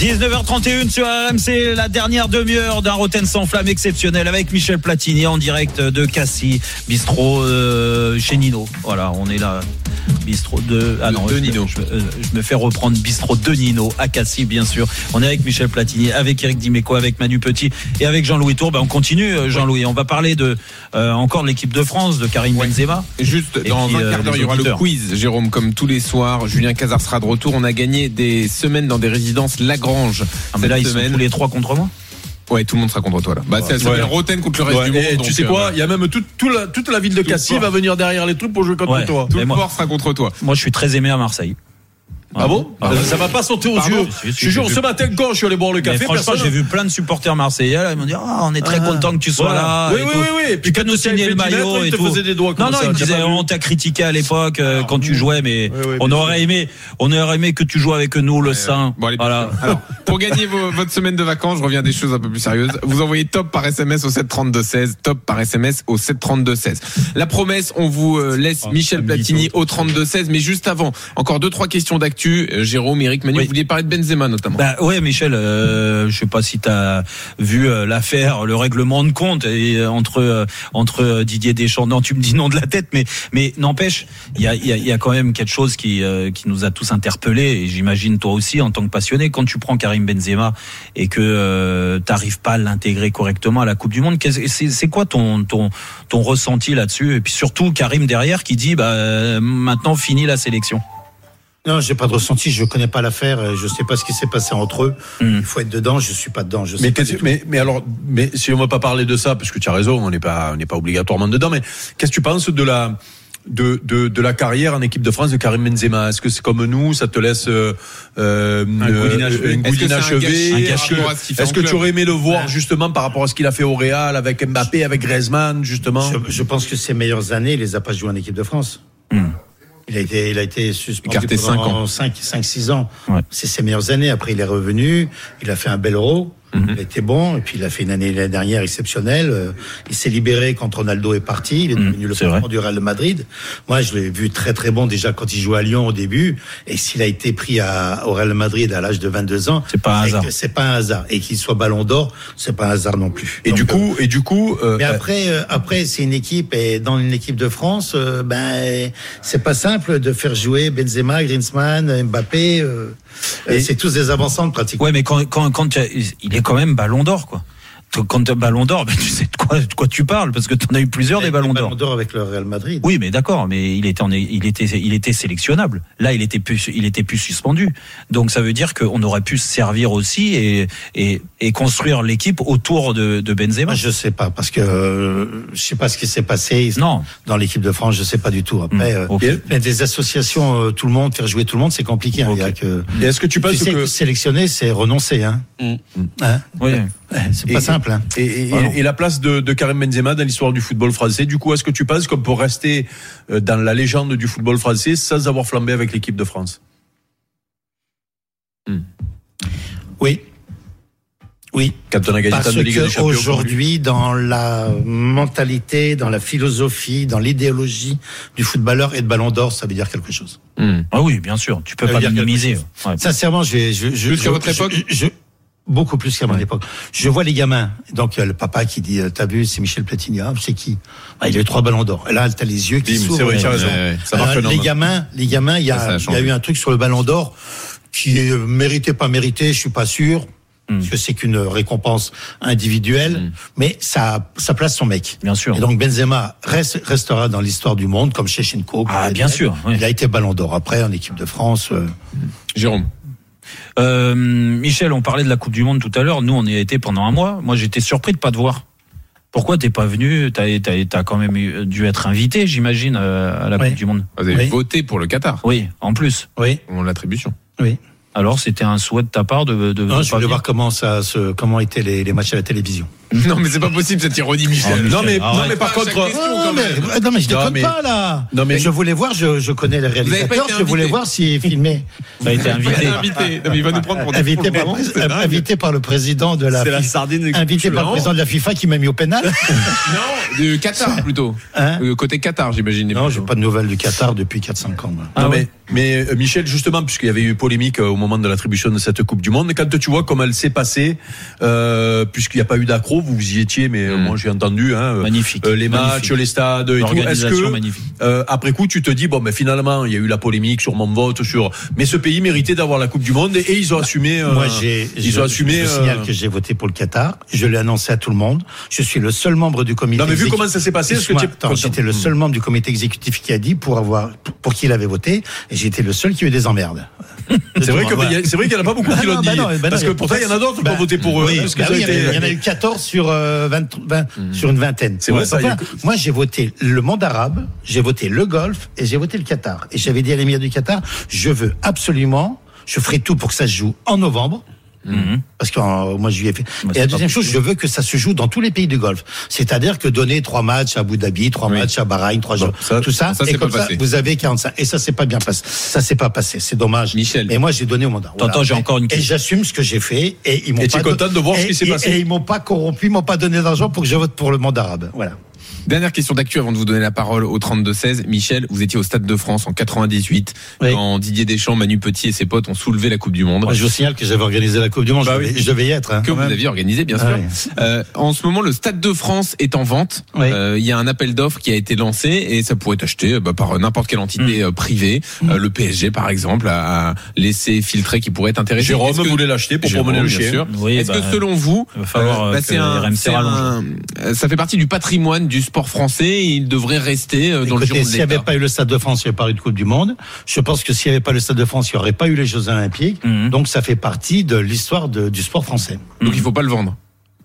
19h31 sur RMC, la dernière demi-heure d'un Roten sans flamme exceptionnel avec Michel Platini en direct de Cassis, bistrot euh, chez Nino. Voilà, on est là. Bistrot de. Ah non,
De
je me-
Nino.
Je, euh, je me fais reprendre bistrot de Nino à Cassis, bien sûr. On est avec Michel Platini, avec Eric Dimeco, avec Manu Petit et avec Jean-Louis Tour. Ben, on continue, euh, Jean-Louis. On va parler de euh, encore de l'équipe de France, de Karim Benzema. Ah,
Juste
Et
dans
puis,
un
euh,
quart d'heure,
les
il y aura le
auditeurs.
quiz, Jérôme, comme tous les soirs. Julien Cazard sera de retour. On a gagné des semaines dans des résidences Lagrange
Ah, mais
cette
là, ils sont
semaine.
tous les trois contre moi.
Ouais, tout le monde sera contre toi là. Bah, c'est la semaine
Ouais.
Rotten contre le reste
Ouais,
du monde.
et
donc,
tu sais
euh,
quoi Il y a même tout- tout la- toute la ville de
Tout
Cassis
le
va venir derrière les trucs pour jouer contre
Ouais.
toi.
Tout
Mais
le
moi-
port sera contre toi.
Moi, je suis très aimé à Marseille.
Ah bon
Ah ouais.
Ça m'a pas sauté aux
Pardon
yeux.
Si, si,
Je te jure,
j'ai
ce matin, quand je suis allé boire le
Mais
café,
franchement,
personne. hein.
j'ai vu plein de supporters marseillais, là, ils m'ont dit Ah, on est très content que tu sois
Voilà.
là.
Oui,
et
oui,
tout.
oui, oui. Et puis
Tu peux
quand
nous
tu t'es
signer
fait
le
dix mètres,
maillet
ils
et
te
tout.
faisaient des doigts comme
non, non,
ça,
ils me
t'as
disaient
pas vu Ah,
On t'a critiqué à l'époque euh, quand tu jouais, mais
Oui, oui,
on
bien
aurait aimé on aurait aimé que tu joues avec nous, le sein.
Bon, allez,
voilà.
Alors, pour gagner vos- votre semaine de vacances, je reviens à des choses un peu plus sérieuses. Vous envoyez top par SMS au 732-16, top par SMS au 732-16. La promesse, on vous euh, laisse Michel Platini au 32-16, mais juste avant, encore deux, trois questions d'actu. l'actu, euh, Jérôme, Eric, Manu,
Oui.
vous vouliez parler de Benzema notamment.
Bah ouais, Michel, euh, je sais pas si tu as vu euh, l'affaire, le règlement de compte et, euh, entre euh, entre euh, Didier Deschamps. Non, tu me dis non de la tête, mais mais n'empêche, il y a, il y, a, il y a quand même quelque chose qui euh, qui nous a tous interpellés et j'imagine toi aussi en tant que passionné. Quand tu prends Karim Benzema et que euh, t'arrives pas à l'intégrer correctement à la Coupe du Monde, qu'est-ce- c'est c'est quoi ton ton ton ressenti là-dessus Et puis surtout Karim derrière qui dit bah euh, maintenant fini la sélection.
Non, j'ai pas de ressenti, je connais pas l'affaire, euh, je sais pas ce qui s'est passé entre eux.
Hmm.
Il faut être dedans, je suis pas dedans, je sais
Mm. Mais,
pas.
qu'est-ce-
du tout.
mais, mais alors, mais si on ne va pas parler de ça, parce que tu as raison, on n'est pas, on n'est pas obligatoirement dedans. Mais qu'est-ce que tu penses de la, de, de, de la carrière en équipe de France de Karim Benzema Est-ce que c'est comme nous Ça te laisse euh, euh,
goût
euh,
d'inachevé.
un goût
Est-ce que c'est un gâchis
d'inachevé
par
Est-ce que-
rapport à ce qu'il fait
Est-ce
en
que tu
club
aurais aimé le voir justement par rapport à ce qu'il a fait au Real avec Mbappé, avec Griezmann justement
Je, je pense que ses meilleures années, il les a pas jouées en équipe de France.
Hmm.
Il a été, il a été suspendu
Écarté cinq
pendant 5 5 6 ans.
Ouais.
C'est ses meilleures années. Après, il est revenu, il a fait un bel euro.
Hmm.
Il était bon, et puis il a fait une année l'année dernière exceptionnelle. Euh, Il s'est libéré quand Ronaldo est parti. Il est devenu le
Hmm. c'est vrai.
patron du Real de Madrid. Moi, je l'ai vu très très bon déjà quand il jouait à Lyon au début, et s'il a été pris à, au Real de Madrid à l'âge de 22 ans,
C'est pas un
c'est que
hasard.
C'est pas un hasard, et qu'il soit Ballon d'Or, c'est pas un hasard non plus.
Et
Donc,
du
euh,
coup, et du coup, euh,
mais après, euh, après c'est une équipe et dans une équipe de France, euh, ben c'est pas simple de faire jouer Benzema, Griezmann, Mbappé. euh, euh, c'est tous des avancantes pratiquement.
Ouais, mais quand, quand, quand tu as- il est quand même ballon d'or, quoi. T- Quand tu as ballon d'or, ben, tu sais de quoi, de quoi tu parles, parce que tu en as eu plusieurs des
Avec
ballons
le
d'or.
avec le Real Madrid.
Oui, mais d'accord, mais il était, en- il était, il était sélectionnable. Là, il était plus, il était plus suspendu. Donc, ça veut dire qu'on aurait pu se servir aussi et, et, et construire l'équipe autour de, de Benzema.
Moi, Ah, je sais pas parce que euh, je sais pas ce qui s'est passé
Non.
dans l'équipe de France. Je sais pas du tout. Après, euh,
Ok.
mais des associations, euh, tout le monde faire jouer tout le monde, c'est compliqué. hein,
Ok.
il y a que-
et est-ce que
tu
tu penses
sais
que
que sélectionner, c'est renoncer. Hein.
Mm.
Hein
Oui.
c'est pas
Et-
simple. Hein.
Et, et-
Voilà.
et la place de, de Karim Benzema dans l'histoire du football français, du coup, est-ce que tu penses qu'on peut rester euh, dans la légende du football français sans avoir flambé avec l'équipe de France
Oui. Oui.
Quand on a gagné tant
Parce
de Ligue des
que
Champions
aujourd'hui, dans la mentalité, dans la philosophie, dans l'idéologie du footballeur et de Ballon d'Or, ça veut dire quelque chose.
Hmm.
Ah oui, bien sûr. Tu peux
Ça
pas
veut dire
minimiser. Ouais.
Sincèrement, je vais, je, je,
Plus qu'à
je-
votre
je-
époque
je- beaucoup plus qu'à mon époque. Je vois les gamins. Donc il y a le papa qui dit, euh, t'as vu, c'est Michel Platini. Ah, c'est qui Ah, Il a eu trois Ballons d'Or. Et là, t'as les yeux qui
Bim,
s'ouvrent.
c'est vrai, tu as
Ouais,
raison.
ouais, ouais. Ça
Alors,
marque
Euh, les
énormément.
gamins, les gamins, il y
Ça, ça a
a, il y a
changé.
eu un truc sur le Ballon d'Or qui est mérité, pas mérité, je suis pas sûr. Parce que c'est qu'une récompense individuelle, mais ça, ça place son mec.
Bien sûr.
Et donc Benzema reste, restera dans l'histoire du monde, comme Shevchenko.
Ah,
comme
bien
Zidane.
sûr, oui.
Il a été Ballon d'Or après en équipe de France. euh,
Jérôme.
Euh, Michel, on parlait de la Coupe du Monde tout à l'heure. Nous, on y a été pendant un mois. Moi, j'étais surpris de pas te voir. Pourquoi t'es pas venu T'as as, quand même eu- dû être invité, j'imagine, euh, à la
Oui.
Coupe du Monde.
Vous avez
Oui.
voté pour le Qatar,
Oui, en plus.
Oui,
en l'attribution. (laughs)
oui.
Alors, c'était un souhait de ta part de. de
Non,
de
Ah, je
pas
voulais
venir
voir comment ça, se, comment étaient les, les matchs à la télévision.
Non, mais c'est pas possible cette ironie,
Oh,
Michel.
Michel,
Non mais, non,
arrête.
mais par
Ah Pas à chaque
contre,
question, quand même.
Ah, mais, non, mais je
Non,
déconne
mais-
pas là.
Non, mais-
je voulais voir, je, je connais les
pas été
réalisateurs, je voulais
invité.
voir s'ils filmaient.
T'as
(laughs)
été
Il
invité.
est (laughs) invité. Non, mais il va nous prendre pour des fous,
invité,
le
par,
moment. C'est dingue.
invité par le président de la, FIFA-
sardine.
invité par le président de la FIFA qui m'a mis au pénal.
Non, du Qatar plutôt.
Hein
Euh, Côté Qatar, j'imagine.
(laughs)
les
non,
plutôt.
j'ai pas de nouvelles du Qatar depuis 4-5 ans. moi.
Ah
Non,
ouais.
mais, mais euh, Michel, justement, puisqu'il y avait eu polémique euh, au moment de l'attribution de cette Coupe du Monde, quand tu vois comment elle s'est passée, euh, puisqu'il n'y a pas eu d'accro, vous vous y étiez, mais euh,
Hmm.
Mm.
moi j'ai entendu hein, euh,
Magnifique.
euh, les matchs,
Magnifique.
les stades et tout. Est-ce
L'organisation
que
magnifique.
Euh, après coup, tu te dis bon, mais finalement, il y a eu la polémique sur mon vote, sur. Mais ce pays méritait d'avoir la Coupe du Monde et, et ils ont assumé. euh,
Bah, Moi, j'ai,
ils
je-
ont assumé.
Je
euh,
signale que j'ai voté pour le Qatar. Je l'ai annoncé à tout le monde. Je suis le seul membre du comité.
Non, mais vu
exécutif-
comment ça s'est passé, est-ce que
Excuse-moi,
tu es
attends,
content
j'étais le seul membre du comité exécutif qui a dit pour avoir pour, pour qui il avait voté et j'étais le seul qui a eu des emmerdes.
C'est vrai que- c'est vrai qu'il n'y en a pas beaucoup qui
Ah non,
l'ont dit.
bah non, bah non,
parce que
mais
pourtant, il y en a d'autres qui
bah,
ont voté pour eux. hein,
oui,
parce que
bah
ça a
oui, il, y en a,
été-
il y en a eu 14 sur, euh, 20, 20 sur une vingtaine.
C'est vrai, ça, il y a-
moi, j'ai voté le monde arabe, j'ai voté le Golfe et j'ai voté le Qatar. Et j'avais dit à l'émir du Qatar, je veux absolument, je ferai tout pour que ça se joue en novembre. Parce qu'en mois de juillet. fait-
Bah,
et la
c'est
deuxième
pas
chose, je veux que ça se joue dans tous les pays du Golfe. C'est-à-dire que donner trois matchs à Abu Dhabi, trois
Oui.
matchs à Bahreïn, trois jours,
ça-
tout ça,
ça,
et
c'est
comme
pas
ça,
passé.
vous avez 45. Et ça, c'est pas bien passé. Ça, c'est pas passé. C'est dommage.
Michel.
Et moi, j'ai donné au mandat.
T'entends, j'ai encore une
Et
question.
j'assume ce que j'ai fait. Et ils m'ont
Et
pas
t'es
don-
content de voir ce
et-
qui s'est
et-
passé
Et ils m'ont pas corrompu, ils m'ont pas donné d'argent pour que je vote pour le monde arabe. Voilà.
Dernière question d'actu avant de vous donner la parole au 32-16. Michel, vous étiez au Stade de France en 98
Oui.
quand Didier Deschamps, Manu Petit et ses potes ont soulevé la Coupe du Monde.
Moi, je vous signale que j'avais organisé la Coupe du Monde.
Bah
je, devais, je devais y être. hein,
que
quand
vous
même.
aviez organisé, bien sûr.
Ah ouais.
Euh, en ce moment, le Stade de France est en vente. Euh,
Oui.
Il y a un appel d'offres qui a été lancé et ça pourrait être acheté euh, bah, par n'importe quelle
Mm.
entité euh, privée. Euh, le PSG, par exemple, a a laissé filtrer qui pourrait être intéressé.
Jérôme
Est-ce que-
voulait l'acheter pour
Jérôme,
promener le
bien
chien.
sûr.
Oui,
Est-ce
bah,
que selon vous,
il va falloir, euh,
bah,
que
c'est un-
RMC
c'est un-
rallonge.
euh, ça fait partie du patrimoine du sport français et il devrait rester euh, dans le
Écoutez,
giron de
s'il n'y avait
l'État.
pas eu le Stade de France, il n'y avait pas eu de Coupe du Monde. Je pense que s'il n'y avait pas le Stade de France, il n'y aurait pas eu les Jeux Olympiques.
Mhm.
Donc ça fait partie de l'histoire de- du sport français.
Donc il faut pas le vendre.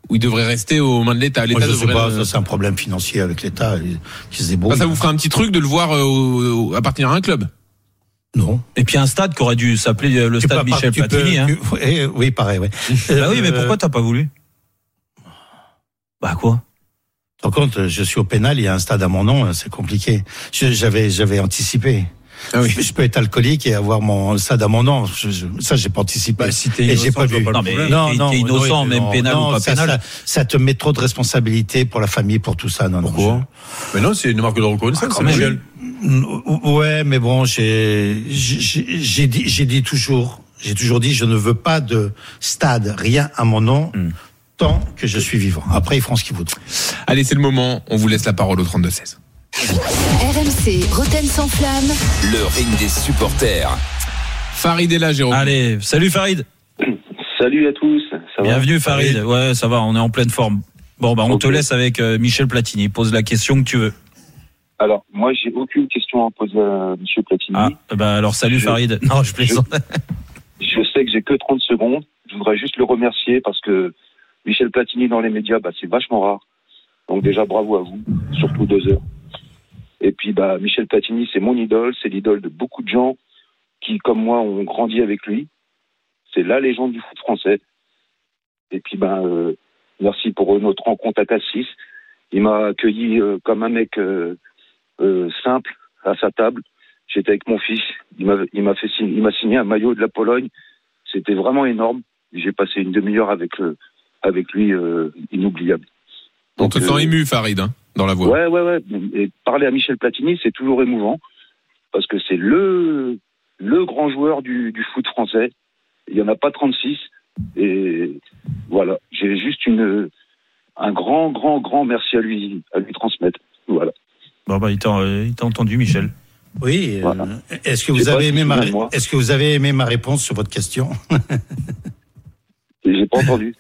Ou il devrait rester aux mains de l'État.
Moi,
L'État
je sais
devrait
pas,
le-
ça c'est un problème financier avec l'État. Ils ils se débrouillent.
Enfin, ça vous fera un petit truc de le voir euh, au- au- appartenir à un club.
Non.
Et puis un stade qui aurait dû s'appeler euh, le
Tu
stade
peux pas-
Michel
tu peux-
Platini. hein.
tu- eh, oui, pareil. Ouais.
Bah oui, mais
Euh,
pourquoi t'as pas voulu Bah quoi
Par contre, je suis au pénal, il y a un stade à mon nom, hein, c'est compliqué. Je- J'avais, j'avais anticipé.
Ah oui.
Je, je peux être alcoolique et avoir mon stade à mon nom. Je- je- ça, j'ai pas anticipé.
Bah, si t'es
Et
innocent,
j'ai pas
je vois
vu.
pas le
Non, mais problème. t'es innocent, même pénal ou pas
ça,
pénal.
Ça, ça te met trop de responsabilités pour la famille, pour tout ça. Non, non,
Pourquoi Mais non, c'est une marque de reconnaissance,
Ah,
quand
c'est
même.
Michel.
je- Ouais, mais bon, j'ai, j'ai, j'ai dit, j'ai dit toujours, j'ai toujours dit, je ne veux pas de stade, rien à mon nom, tant que je suis vivant. Après, ils feront ce qu'ils voudront.
Allez, c'est le moment. On vous laisse la parole au 32-16.
RMC, Roten sans flamme.
Le ring des supporters.
Farid est là,
Oh.
Jérôme.
Ah,
Allez, salut Farid.
Salut à tous, ça va
Bienvenue Farid. Ouais, ça va, on est en pleine forme. Bon, bah on te
Ok.
laisse avec euh, Michel Platini. Pose la question que tu veux.
Alors, moi, j'ai aucune question à poser à M. Platini.
Ah, bah alors salut
Je-
Farid. Non, je plaisante.
Je sais que j'ai que 30 secondes. Je voudrais juste le remercier parce que Michel Platini dans les médias, bah, c'est vachement rare. Donc déjà, bravo à vous, surtout deux heures. Et puis, bah, Michel Platini, c'est mon idole, c'est l'idole de beaucoup de gens qui, comme moi, ont grandi avec lui. C'est la légende du foot français. Et puis, bah, euh, merci pour notre rencontre à Cassis. Il m'a accueilli euh, comme un mec euh, euh, simple à sa table. J'étais avec mon fils. Il m'a il m'a fait signe- il m'a signé un maillot de la Pologne. C'était vraiment énorme. J'ai passé une demi-heure avec, euh, avec lui, euh, inoubliable.
On te
Donc, euh,
sent ému, Farid, hein, dans la voix.
Ouais, ouais, ouais. Et parler à Michel Platini, c'est toujours émouvant parce que c'est le, le grand joueur du, du foot français. Il n'y en a pas 36. Et voilà, j'ai juste une, un grand, grand, grand merci à lui, à lui transmettre. Voilà.
Bon, bah il t'a euh, il t'a entendu Michel.
Oui. euh,
Voilà.
Est-ce que
Je
vous
sais pas
avez
si Bah,
aimé
c'est
ma
bien, moi.
Est-ce que vous avez aimé ma réponse sur votre question
Et J'ai pas entendu.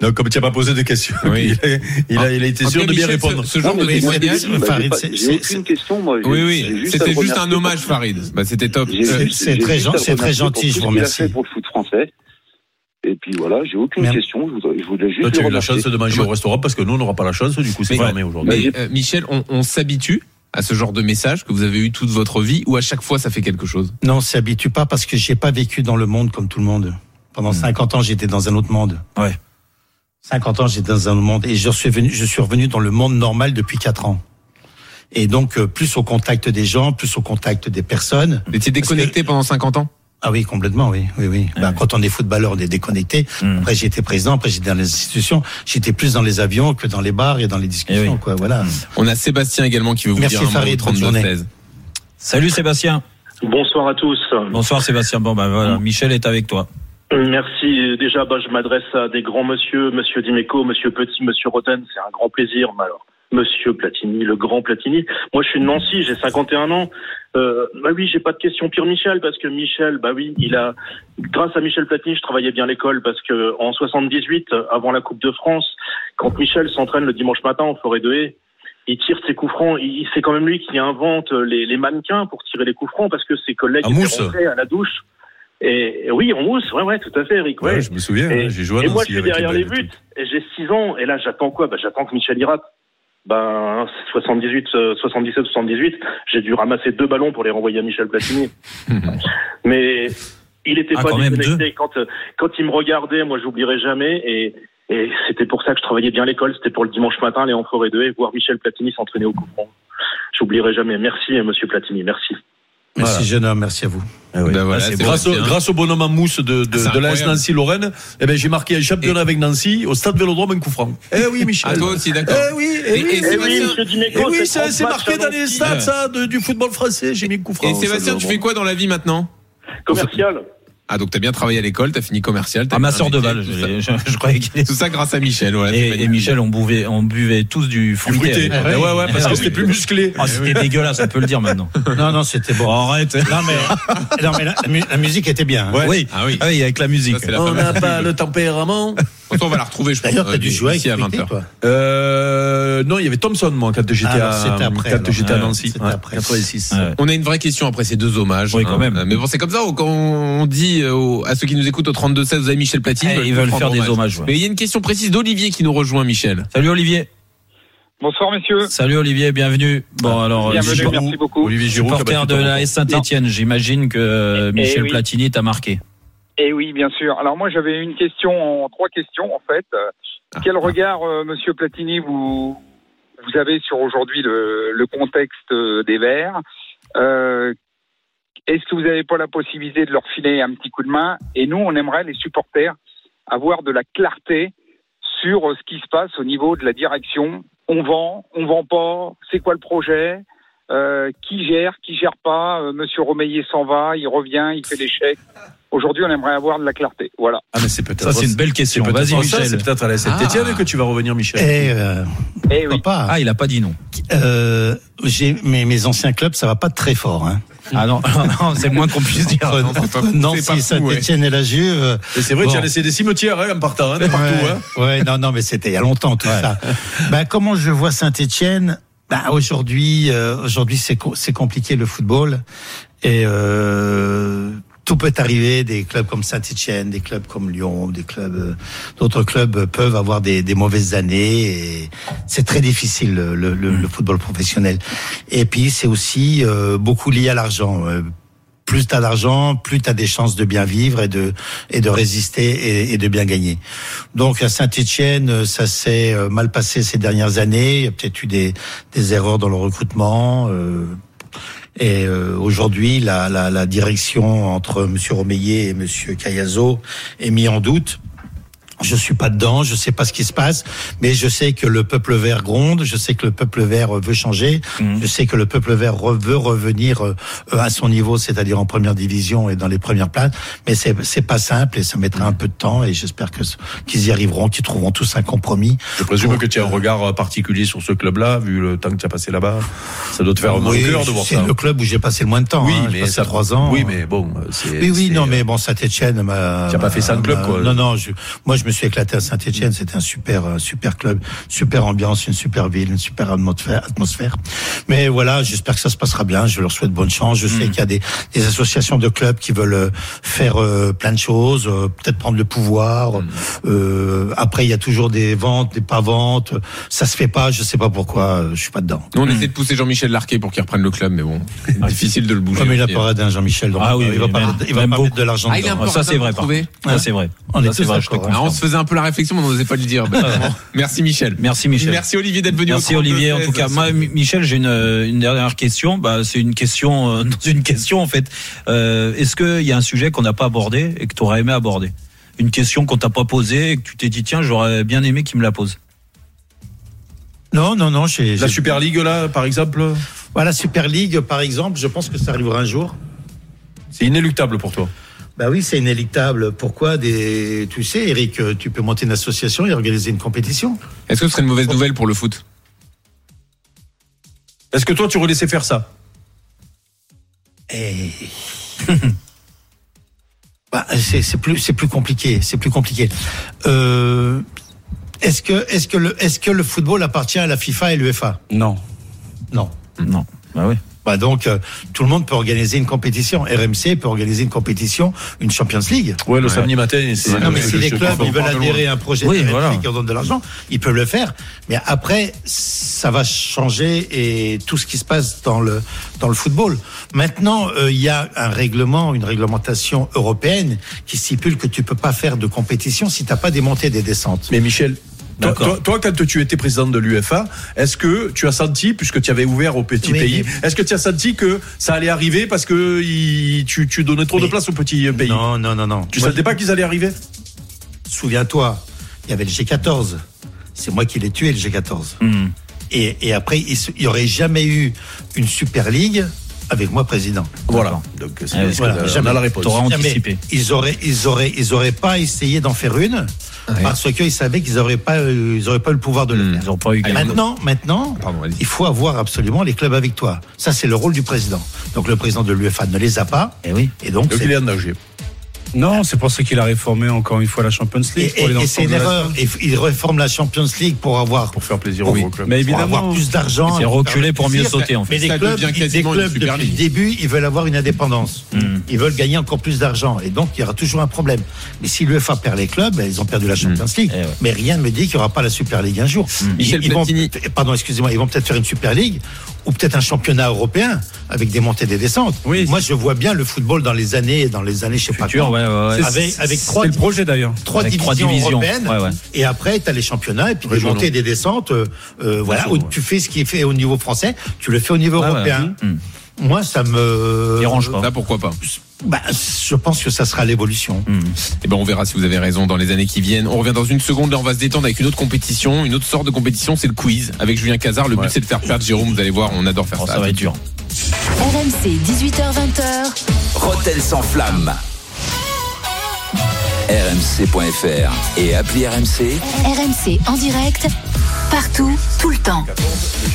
Non, comme tu n'as pas posé de questions, (laughs)
Oui.
il, a, il a- il a été
En
sûr
tout
de
cas,
bien
Michel,
répondre.
Ce, ce genre
Non,
de
mais
moi,
témoignage.
Bah, j'ai
Farid,
pas-
c'est-
J'ai
c'est-
aucune question, moi. J'ai-
Oui,
j'ai
oui.
à
C'était juste
remercier
un
pour-
hommage, Farid. Bah, c'était top.
j'ai-
Euh,
j'ai-
c'est
j'ai
très
juste
gen-
à
c'est très
remercier pour
gentil,
tout
je
ce
vous
qu'il a
remercie.
fait pour le foot français. Et puis voilà, j'ai aucune
Merci.
question. Je voudrais, je voudrais juste
Toi,
le
tu as eu la
remercier.
chance de manger au restaurant parce que nous, on n'aura pas la chance. Du coup, c'est
Mais-
fermé aujourd'hui.
mais, euh, Michel, on, on s'habitue à ce genre de message que vous avez eu toute votre vie ou à chaque fois ça fait quelque chose
Non, on s'y habitue pas parce que j'ai pas vécu dans le monde comme tout le monde. Pendant
Hmm.
50 ans, j'étais dans un autre monde.
Ouais.
50 ans, j'étais dans un autre monde et je suis venu, je suis revenu dans le monde normal depuis 4 ans. Et donc euh, plus au contact des gens, plus au contact des personnes.
Hmm.
Vous étiez déconnecté pendant 50 ans
Ah oui, complètement, oui, oui, oui. Bah, Quand on est footballeur, on est déconnecté.
Hmm.
Après, j'étais président, après j'étais dans les institutions. J'étais plus dans les avions que dans les bars et dans les discussions,
Eh oui.
quoi. Voilà.
On a Sébastien également qui veut vous
Merci,
dire un mot au
Farid, bonne journée.
32-16.
Salut Sébastien.
Bonsoir à tous.
Bonsoir Sébastien. Bon, bah voilà,
Mmh.
Michel est avec toi.
Merci. Déjà, bah, je m'adresse à des grands monsieur, monsieur Dimeco, monsieur Petit, monsieur Roten. C'est un grand plaisir. Mais alors, monsieur Platini, le grand Platini. Moi, je suis de Nancy, j'ai 51 ans. Euh, bah oui, j'ai pas de question pire Michel parce que Michel, bah oui, il a grâce à Michel Platini, je travaillais bien à l'école parce que en 78, avant la Coupe de France, quand Michel s'entraîne le dimanche matin en forêt de haie, il tire ses coups francs. Il- C'est quand même lui qui invente les, les mannequins pour tirer les coups francs parce que ses collègues
Ah,
En
étaient
mousse.
rentrés à la douche. Et et oui, en mousse, ouais, ouais, tout à fait, Eric.
Ouais,
ouais.
je me souviens, hein,
Et,
j'ai joué à
et moi, je
Nancy
suis
avec
derrière
Ibrahim
les
et tout.
buts. Et j'ai 6 ans. Et là, j'attends quoi bah, J'attends que Michel Irat. Ben, 78, euh, 77, 78, j'ai dû ramasser deux ballons pour les renvoyer à Michel Platini. Mais il était
Ah,
pas
quand même,
déconnecté. Quand, euh, quand il me regardait, moi, j'oublierai jamais. Et, et c'était pour ça que je travaillais bien à l'école. C'était pour le dimanche matin, aller en forêt de haie, voir Michel Platini s'entraîner au coup franc. J'oublierai jamais. Merci, euh, monsieur Platini. Merci.
Merci
Voilà.
jeune homme, merci à vous.
Ah oui.
Ben voilà,
Ah, c'est
c'est
grâce,
vrai,
au,
c'est
grâce au bonhomme en mousse de,
Ah,
de,
c'est
de l'AS
incroyable.
Nancy-Lorraine, eh ben, j'ai marqué un championnat avec Nancy au stade Vélodrome, un coup franc. Eh oui, Michel.
Ah, toi aussi, d'accord.
Eh oui, eh
Et-
oui,
et
eh
c'est
oui.
vrai,
Oui, monsieur
Eh
Dimeco,
oui,
c'est
ça, c'est marqué dans les
Ouais.
stades, ça, de- du football français. J'ai mis le coup franc.
Et
au
Sébastien,
stade
tu
Vélodrome.
fais quoi dans la vie maintenant
commercial.
Ah, donc t'as bien travaillé à l'école, t'as fini commercial. t'as
Ah, ma
fait un
sœur de
métier,
Val,
tout ça.
je, (laughs) je- je croyais qu'il
(laughs) Tout ça grâce à Michel, voilà. c'est
Et, et
magnifique.
Michel, on buvait, on buvait tous du fruité.
Fruité.
à l'époque.
Eh ouais, ouais,
Ah
parce que
oui.
c'était plus musclé.
Ah, c'était dégueulasse, on peut le dire (laughs) maintenant.
Non, non, c'était bon.
Arrête.
Non,
(laughs)
(laughs)
mais, euh, non, mais la, la mu- la musique était bien. hein.
Ouais.
Oui.
Ah oui.
Ah oui, avec la musique.
Ça, c'est la
On
fameuse-
n'a pas le tempérament.
Pourtant, on va la retrouver, je pense.
D'ailleurs, t'as
euh,
dû jouer avec
d'ici à
Fruité,
20h.
toi.
Euh, non, il y avait Thompson, moi, quand j'étais
Ah, alors,
à,
c'était après,
quand
alors.
j'étais à
Ouais,
Nancy.
c'était
Ouais,
après.
86.
Ouais.
On a une vraie question après ces deux hommages. hein. Euh,
Oui, quand même.
Mais bon, c'est comme ça, quand on dit euh, aux- à ceux qui nous écoutent au 32-16, vous avez Michel Platine.
Eh, ils veulent
prendre
faire des hommages, ouais.
Mais il y a une question précise d'Olivier qui nous rejoint, Michel.
Salut Olivier.
Bonsoir, messieurs.
Salut Olivier, Ah, bienvenue. Bon, alors,
Bienvenue,
supporter
merci beaucoup.
Olivier Giroud, qui a battu
de
Thompson.
la S Saint-Etienne, j'imagine que euh,
Eh
Michel
oui.
Platini t'a marqué.
Et Eh oui, bien sûr. Alors moi, j'avais une question, en, trois questions en fait. Euh, Quel regard, euh, Monsieur Platini, vous vous avez sur aujourd'hui le, le contexte euh, des Verts Euh, Est-ce que vous n'avez pas la possibilité de leur filer un petit coup de main Et nous, on aimerait les supporters avoir de la clarté sur euh, ce qui se passe au niveau de la direction. On vend, on vend pas. C'est quoi le projet Euh, Qui gère, qui gère pas Euh, Monsieur Romeillet s'en va, il revient, il fait des chèques. Aujourd'hui, on aimerait avoir de la clarté. Voilà.
Ah, mais c'est peut-être.
Ça, c'est une belle question.
peut-être
Vas-y,
pour ça,
Michel.
C'est peut-être à la
Ah.
Saint-Etienne que tu vas revenir, Michel.
Eh, euh,
Eh oui.
pourquoi pas.
Ah, il a pas dit non.
Euh, j'ai mes, mes anciens clubs, ça va pas très fort. Hein.
Ah non, (laughs) non, c'est le moins qu'on puisse dire.
Entre-
non, c'est pas-
entre Nancy,
c'est pas fou,
Saint-Etienne et la Juve. euh,
Et c'est vrai, tu
Bon.
as laissé des cimetières hein, en partant, hein, de partout.
ouais,
hein.
ouais, non, non, mais c'était il y a longtemps tout ça. Bah, comment je vois Saint-Etienne bah, Aujourd'hui, euh, aujourd'hui, c'est co- c'est compliqué le football et euh, tout peut arriver. Des clubs comme Saint-Etienne, des clubs comme Lyon, des clubs, euh, d'autres clubs euh, peuvent avoir des, des mauvaises années. et C'est très difficile le, le- le- le football professionnel. Et puis c'est aussi euh, beaucoup lié à l'argent. Euh, plus t'as d'argent, plus t'as des chances de bien vivre et de et de résister et, et de bien gagner. Donc à Saint-Étienne, ça s'est euh, mal passé ces dernières années. Il y a peut-être eu des des erreurs dans le recrutement. euh, et euh, aujourd'hui, la, la, la direction entre Monsieur Romeillet et Monsieur Cayazo est mise en doute. Je suis pas dedans, je sais pas ce qui se passe, mais je sais que le peuple vert gronde, je sais que le peuple vert euh, veut changer,
Mm.
je sais que le peuple vert re- veut revenir euh, euh, à son niveau, c'est-à-dire en première division et dans les premières places, mais c'est c'est pas simple et ça mettra un peu de temps et j'espère que ce- qu'ils y arriveront, qu'ils trouveront tous un compromis.
Je présume
Pour
que tu as un
que-
regard particulier sur ce club-là, vu le temps que tu as passé là-bas. Ça doit te faire mal
Oui,
au cœur de voir
c'est
ça.
le club où j'ai passé le moins de temps. hein, j'ai passé
ça-
trois ans.
Oui, mais bon, c'est.
Oui, oui,
c'est-
non, mais bon, Saint-Etienne m'a.
T'as pas
m'a-
fait ça en club,
m'a-
quoi.
Non, non, je- moi, je me suis éclaté à Saint-Etienne. C'était un super, euh, super club, super ambiance, une super ville, une super atmosphère. atmosphère. Mais voilà, j'espère que ça se passera bien. Je leur souhaite bonne chance. Je sais qu'il y a des, des associations de clubs qui veulent euh, faire euh, plein de choses, euh, peut-être prendre le pouvoir. Euh, après, il y a toujours des ventes, des pas ventes. Ça se fait pas. Je sais pas pourquoi. euh, Je suis pas dedans.
Nous, on essaie de pousser Jean-Michel Larquet pour qu'il reprenne le club, mais bon, c'est difficile de le bouger. hein.
Comme il a parlé d'un Jean-Michel. donc, euh,
Ah oui,
il va
oui,
pas,
même-
il va
même
pas
beaucoup.
mettre de l'argent.
Ah, il a
dedans.
un peu
Ah, ça, c'est vrai, par
trouvé.
contre. Ça, c'est vrai.
On est
Ça, c'est
tous
vrai, je te
d'accord,
confirme.
Ah, on se faisait un peu la réflexion, mais on n'osait pas le
(laughs)
dire. Ben, bon. Merci Michel.
Merci, Michel.
Merci Olivier d'être venu. au
Merci Olivier. En
32-16.
tout cas, moi, M- Michel, j'ai une, euh, une dernière question. Bah, c'est une question euh, (laughs) dans une question en fait. Euh, Est-ce qu'il y a un sujet qu'on n'a pas abordé et que tu aurais aimé aborder Une question qu'on t'a pas posée et que tu t'es dit tiens, j'aurais bien aimé qu'il me la pose.
Non, non, non. j'ai-
La
j'ai-
Super League, là, par exemple,
Bah, la Super League, par exemple, je pense que ça arrivera un jour.
c'est inéluctable pour toi.
Bah oui, c'est inéluctable. Pourquoi des... Tu sais, Eric, euh, tu peux monter une association et organiser une compétition.
Est-ce que ce serait une mauvaise
Oh.
nouvelle pour le foot
Est-ce que toi, tu relaissais faire ça
Et... Eh. (laughs) bah, c'est c'est plus, c'est plus compliqué. C'est plus compliqué. Euh, Est-ce que, est que, le- est-ce que le football appartient à la FIFA et l'UEFA
Non.
Non.
Non. Bah oui.
Bah donc, euh, tout le monde peut organiser une compétition. RMC peut organiser une compétition, une Champions League.
Ouais, le samedi matin, c'est.
Non, mais
je-
si
je-
les
je
clubs
comprends
ils veulent
pas.
adhérer à un projet
Oui,
de Netflix
voilà.
qui leur donne de l'argent, ils peuvent le faire. Mais après, ça va changer et tout ce qui se passe dans le dans le football. Maintenant, euh, il y a un règlement, une réglementation européenne qui stipule que tu peux pas faire de compétition si t'as pas des montées et des descentes.
Mais Michel, Toi,
D'accord.
toi- toi, quand tu étais président de l'UFA, est-ce que tu as senti, puisque tu avais ouvert au petit
Oui,
pays, est-ce que tu as senti que ça allait arriver parce que il- tu, tu donnais trop de
Mais-
place au petit pays
Non, non, non, non.
Tu
Moi,
savais pas qu'ils allaient arriver
Souviens-toi, il y avait le G14. C'est moi qui l'ai tué, le G14.
Hmm.
Et, et après, il se- il n'y aurait jamais eu une Super League avec moi président.
Voilà. Donc, c'est-
Ah oui,
voilà,
parce que,
on
jamais.
a la réponse.
T'auras- Pas
Jamais.
anticipé.
Ils auraient, ils auraient, ils auraient pas essayé d'en faire une parce qu'ils savaient qu'ils auraient pas, euh, ils auraient pas le pouvoir de le
Ils
faire.
n'ont pas eu gain.
Maintenant, maintenant,
Pardon, vas-y.
il faut avoir absolument les clubs avec toi. Ça, c'est le rôle du président. Donc, le président de l'UEFA ne les a pas.
Eh oui.
Et donc,
Donc,
c'est-
il est en danger.
Non, c'est pour ça qu'il a réformé encore une fois la Champions
et,
League. pour aller
et-
dans
et
le
c'est
sens
une
de la-
erreur. Et f- il réforme la Champions League pour avoir,
Pour faire plaisir
Oui.
au gros club.
Mais
pour avoir
évidemment.
plus
Il
d'argent.
hein.
s'est
et
reculé
faire
pour mieux
plaisir.
sauter, en fait.
Mais les
Ça
clubs,
devient
ils-
quasiment
les
une
clubs,
Super
depuis
League.
le
Hmm.
début, ils veulent avoir une indépendance. Ils veulent gagner encore plus d'argent. Et donc, il y aura toujours un problème. Mais si l'UEFA perd les clubs, ben, ils ont
Hmm.
perdu la Champions League.
Eh ouais.
Mais rien ne me dit qu'il n'y aura pas la Super League un jour.
Michel
vont, eh,
Platini.
pardon, excusez-moi, ils vont peut-être faire une Super League ou peut-être un championnat européen avec des montées et des descentes.
Oui.
Moi, je vois bien le football dans les années, dans les années, je sais pas
Futur,
quand.
ouais, ouais, ouais.
C'est-
Avec- avec
c'est
trois-
le projet d'ailleurs.
Trois,
Avec
divisions
trois divisions.
européennes.
Ouais, ouais.
Et après, tu as les championnats et puis des
Régionaux.
montées et des descentes. euh, euh, voilà,
Régionaux,
où tu fais ce qui est fait au niveau français, tu le fais au niveau
Ah, ouais.
européen.
Mmh.
Moi, ça me.
Dérange pas.
Là, pourquoi pas
Bah, je pense que ça sera l'évolution.
Mmh.
Eh ben, on verra si vous avez raison dans les années qui viennent. On revient dans une seconde. Là, on va se détendre avec une autre compétition, une autre sorte de compétition, c'est le quiz avec Julien Cazard. Le but, c'est de faire perdre Jérôme. Vous allez voir, on adore faire
Oh,
ça.
ça va être dur.
RMC 18h20h.
Roten sans flamme. RMC.fr et appli RMC.
RMC en direct. Partout, tout le temps.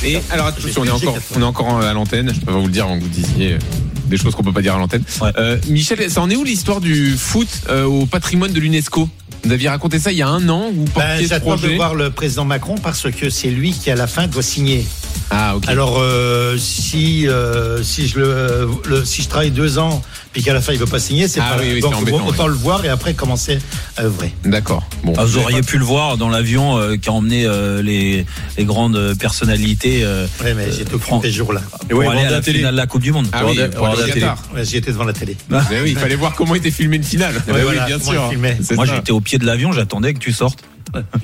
Et alors attention, on est encore, on est encore à l'antenne. Je peux pas vous le dire avant que vous disiez euh, des choses qu'on peut pas dire à l'antenne.
Ouais.
Euh, Michel, ça en est où l'histoire du foot euh, au patrimoine de l'UNESCO Vous aviez raconté ça il y a un an. Vous
Ben,
portiez ce
J'attends de
projet.
voir le président Macron parce que c'est lui qui, à la fin, doit signer.
Ah ok.
Alors, euh, si, euh, si, je le, le- si je travaille deux ans puis qu'à la fin, il ne veut pas signer, c'est
Ah
pas
oui, oui,
Donc,
c'est embêtant,
bon, autant le voir et après commencer à œuvrer.
D'accord. Bon.
Ah, vous auriez pu le voir dans l'avion euh, qui a emmené euh, les, les grandes personnalités euh,
Ouais, mais j'étais
Franck.
occupé ce jour-là.
pour
ouais,
aller
vendre
à
la
la
télé.
finale de la Coupe du Monde.
Ah
Pour
oui,
aller-
pour
pour
aller
aller à
au
la télé.
Qatar.
Ouais, J'étais devant la télé.
Mais oui, il fallait voir comment était filmé une finale. Eh ben oui,
voilà,
bien
comment
sûr.
il filmait.
C'est
Moi,
ça.
j'étais au pied de l'avion, j'attendais que tu sortes.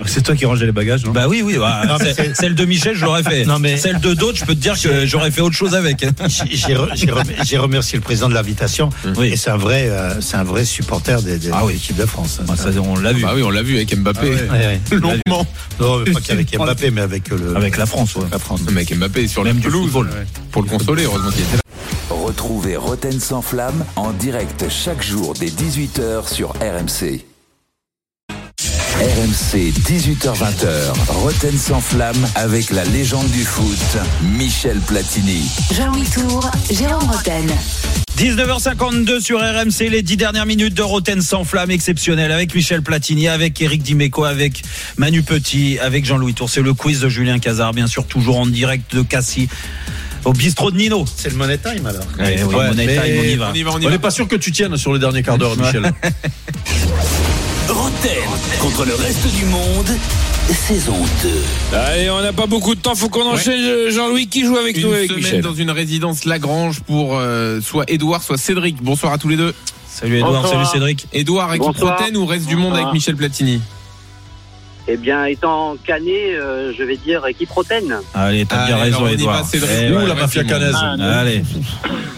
C'est toi qui rangeais les bagages, non
Bah oui, oui. bah,
Non, mais
c'est-
c'est-
celle de Michel, je l'aurais fait.
Non, mais-
Celle de d'autres, je peux te dire que j'aurais fait autre chose avec. hein.
J'ai- J'ai re- j'ai rem- j'ai remercié le président de l'invitation.
Oui.
Et c'est un vrai, euh, c'est un vrai supporter des, des
Ah oui.
de l'équipe de France.
Ah, ça, on l'a vu.
Bah oui, on l'a vu avec Mbappé.
Ouais, ouais.
Longuement.
Non,
(laughs)
mais pas qu'avec Mbappé, mais avec le.
Avec euh, la France, ouais.
La France.
Non, mais Avec Mbappé sur la
Même du
pelouse.
football.
Pour le consoler, heureusement qu'il était là.
Retrouvez Roten sans flamme en direct chaque jour dès 18h sur RMC. RMC 18h20h, Roten sans flamme avec la légende du foot, Michel Platini.
Jean-Louis Tour, Jérôme Roten.
19h52 sur RMC, les 10 dernières minutes de Roten sans flamme exceptionnelle avec Michel Platini, avec Eric Dimeco, avec Manu Petit, avec Jean-Louis Tour. C'est le quiz de Julien Cazard, bien sûr, toujours en direct de Cassis, au bistrot de Nino.
C'est le money time alors.
Ouais, ouais,
Ouais,
Eh Money
mais-
Time, on y va.
Eh, On y va, on y
On
va.
n'est pas sûr que tu tiennes sur le dernier quart d'heure, Michel.
Roten contre le reste du monde, saison 2.
Allez, on n'a pas beaucoup de temps, faut qu'on enchaîne. Euh, Jean-Louis, qui joue avec
Une
nous avec
semaine
Michel
dans une résidence Lagrange pour euh, soit Edouard, soit Cédric. Bonsoir à tous les deux.
Salut Edouard,
Bonsoir.
salut Cédric.
Edouard, équipe
Bonsoir.
Roten ou reste du monde
Bonsoir.
avec Michel Platini
Eh bien, étant cané, euh, je vais dire équipe rotaine.
Allez, t'as bien
Allez, alors,
raison
on y
Edouard.
va, Cédric.
Eh
Ouh,
ouais,
la
ouais, c'est
mafia
bon.
canaise.
Allez.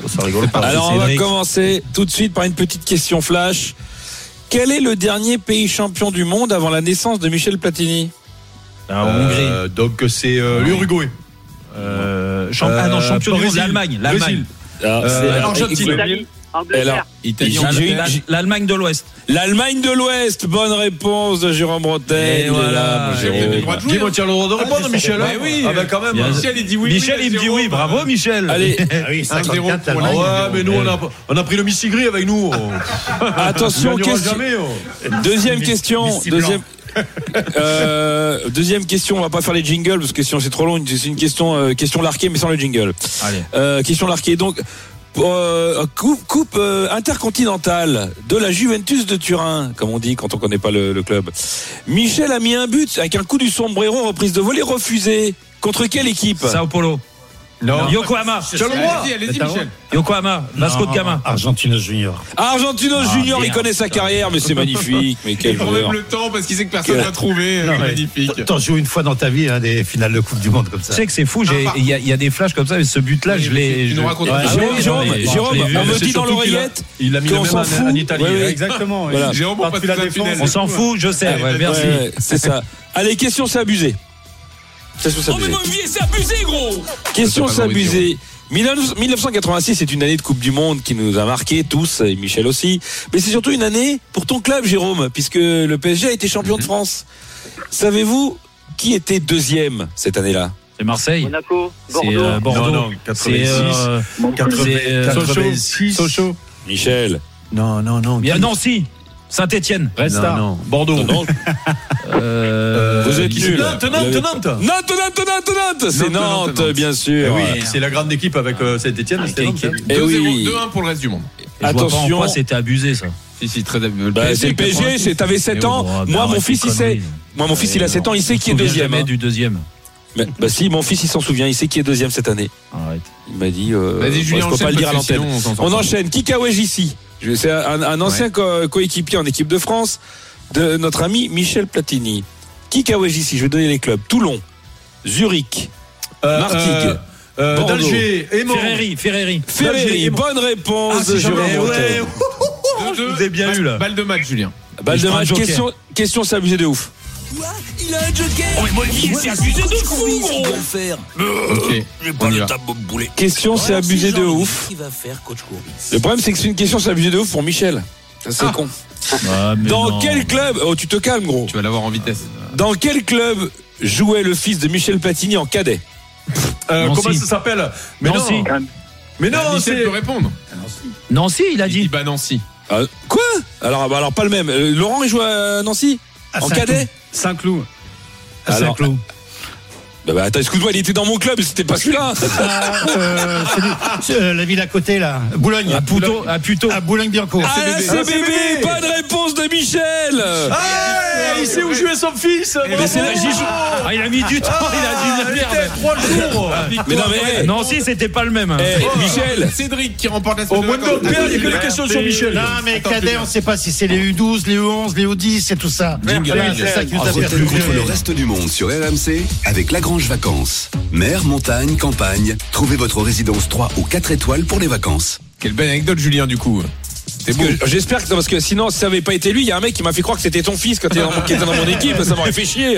Ça rigole pas.
Alors, on va
Cédric.
commencer tout de suite par une petite question flash. Quel est le dernier pays champion du monde avant la naissance de Michel Platini
La Hongrie.
Euh, donc c'est euh, l'Uruguay.
Euh, champ- ah non,
Euh,
champion du monde,
Brésil.
l'Allemagne. L'Allemagne.
Brésil. Euh, Argentine.
Italie, Angleterre.
Italie,
J'ai-
Angleterre.
La- L'Allemagne de l'Ouest.
L'Allemagne de l'Ouest, bonne réponse de Jérôme Bretagne.
Et
Il est
voilà,
là, mon
j'ai
Jérôme.
le droit de jouer.
hein.
Dis-moi, tiens, le droit de répondre, Michel.
Bah oui.
Ah bah quand même.
Bien.
Michel, il dit oui.
Michel,
oui,
il me dit
Jérôme.
oui, bravo Michel.
Allez,
Ah oui,
1-0
54
pour
Ah
l'Allemagne.
ouais, mais nous, on a, on a pris le Missy Gris avec nous. On
attention,
ne
question-
jamais. oh.
Deuxième question.
Messi
Deuxième,
hein.
(laughs) Euh, deuxième question. On va pas faire les jingles parce que sinon c'est trop long. C'est une question, euh, question larquée mais sans le jingle.
Allez.
Euh, question larquée. Donc euh, coupe, coupe euh, intercontinentale de la Juventus de Turin, comme on dit quand on connaît pas le, le club. Michel a mis un but avec un coup du sombrero en reprise de volée refusée. Contre quelle équipe
Sao Paulo. Non. Yokohama.
Je le vois. Allez-y, allez-y,
T'as le droit
Michel.
Yokohama, Vasco de
Non, Ah,
Gama.
Argentino Junior.
Argentino
Ah,
Junior, il
merde.
connaît sa carrière, mais c'est magnifique.
(laughs)
Mais quel
Il prend
joueur.
même le temps parce qu'il sait que personne
Quel-
va trouver.
Non,
C'est
mais
magnifique.
T'en joues une fois dans ta vie, hein, des finales de Coupe du Monde comme
Tu
ça.
sais que c'est fou, j'ai- il y, a- il y a des flashs comme ça, mais ce but-là, je l'ai.
tu nous
je-
racontes
Ah,
Jérôme,
oui,
Jérôme,
non, mais-
Jérôme,
je l'ai vu.
on me
C'est
dit dans
surtout qu'il a-
l'oreillette
Il a mis
qu'on
la même
s'en
en,
fout.
en Italie.
Ouais, ouais.
Exactement.
Voilà.
Jérôme, on passe la défense.
On s'en fout, je sais. ouais, merci.
Ouais, ouais, c'est ça. Allez, question s'abuser. Question Oh, mais s'abuser. mon vieil, c'est abusé, gros Question
Ça, t'as pas le droit de
s'abuser. 19- 1986 est une année de Coupe du Monde qui nous a marqué tous, et Michel aussi. Mais c'est surtout une année pour ton club, Jérôme, puisque le PSG a été champion de
Mhm.
France. Savez-vous qui était deuxième cette année-là
C'est Marseille.
Monaco,
C'est
Bordeaux.
euh, Bordeaux.
Non, non,
C'est, euh,
86,
c'est, euh,
86.
Sochaux.
Michel.
Non, non, non.
il y a- non, si. Saint-Etienne.
Non, non. Bordeaux.
Non,
Euh,
vous êtes nuls.
Nantes, Nantes, Nantes.
Nantes, Nantes, Nantes, Nantes C'est
Nantes, Nantes,
Nantes,
Nantes.
bien
Eh
sûr.
oui, c'est la grande équipe avec euh,
Ah,
Saint-Etienne. c'était Nantes, hein.
Eh
2-0,
oui.
2-1 pour le reste du monde.
Attention.
Attention.
c'était abusé, ça.
Si, si, très abusé.
Bah, c'est le PSG, c'est- t'avais
Eh
7 ans. Moi, mon fils, il sait. Moi, mon fils, il a 7 ans, il sait qui est deuxième.
Jamais
hein.
du deuxième.
Mais- Bah, si, mon fils, il s'en souvient, il sait qui est deuxième cette année.
Arrête.
Il m'a dit. euh,
Vas-y, Julien,
bon, je peux pas le dire à
parce que
l'antenne.
sinon, s'en sort
On
pas.
enchaîne. Kikawaj ici. Je- C'est un, un ancien co- coéquipier en équipe de France de notre ami Michel Platini. Kikawaj ici. Je vais donner les clubs. Toulon, Zurich,
Euh,
Martigues.
euh, euh,
Bordeaux.
D'Alger, Aymon.
Ferreri, Ferreri.
Ferreri. Bonne réponse.
Ah, c'est
Jérôme
jamais-
Montaigne.
(laughs) ouais.
Deux-deux.
vous ai bien
Balle-
eu, là.
Balle de match, Julien.
Balle
Je
de
prends un
match.
joker.
Question, question s'abuser de ouf.
Il a un joker c'est abusé de fou, faire
Ok, on y va.
Question c'est abusé de ouf.
va faire, coach
Le problème c'est que c'est une question c'est abusé de ouf pour Michel. Ça, C'est con. Dans quel club Oh, tu te calmes, gros.
Tu vas l'avoir en vitesse.
Dans quel club jouait le fils de Michel Platini en cadet
Euh,
Nancy.
Comment ça s'appelle Mais non.
Nancy.
Mais non,
Michel
c'est.
peut répondre.
Non, si, il a
Il dit
dit.
bah Nancy.
Ah, Quoi alors, bah, alors pas le même. Euh, Laurent il joue à Nancy
À
En
Saint-Cloud.
cadet
Saint-Cloud.
À
Alors-
Saint-Cloud.
bah, bah, Attends, excuse-moi, il était dans mon club, c'était pas celui-là.
Ah, euh, c'est du- euh, la ville à côté, là. Boulogne.
À Puto, à Puto.
À Boulogne-Biancourt.
Ah, là, c'est bébé Pas de réponse de Michel
Ah, il sait où jouait son fils. bravo.
ben,
Mais c'est là, j'y joue.
Ah, il a mis du temps, il a dit de la
Il était
merde.
trois jours.
Mais non,
Ah,
mais. hey,
Non, si, c'était pas le même. hein.
hey, Michel
Cédric qui remporte la
Au
semaine
moins de
vacances.
père, il y a que des questions sur Michel.
Non, mais cadet, on sait pas si c'est les U12, les U11, les U10 et tout ça. Voilà, C'est ça qui nous a
Roten contre
perturbés.
le reste du monde sur RMC avec Lagrange Vacances. Mer, montagne, campagne, trouvez votre résidence 3 ou 4 étoiles pour les vacances.
Quelle belle anecdote, Julien, du coup. C'est beau.
Parce que J'espère que non, parce que sinon si ça avait pas été lui, il y a un mec qui m'a fait croire que c'était ton fils quand il était dans mon, qui était dans mon
(laughs)
équipe, ça m'aurait fait chier.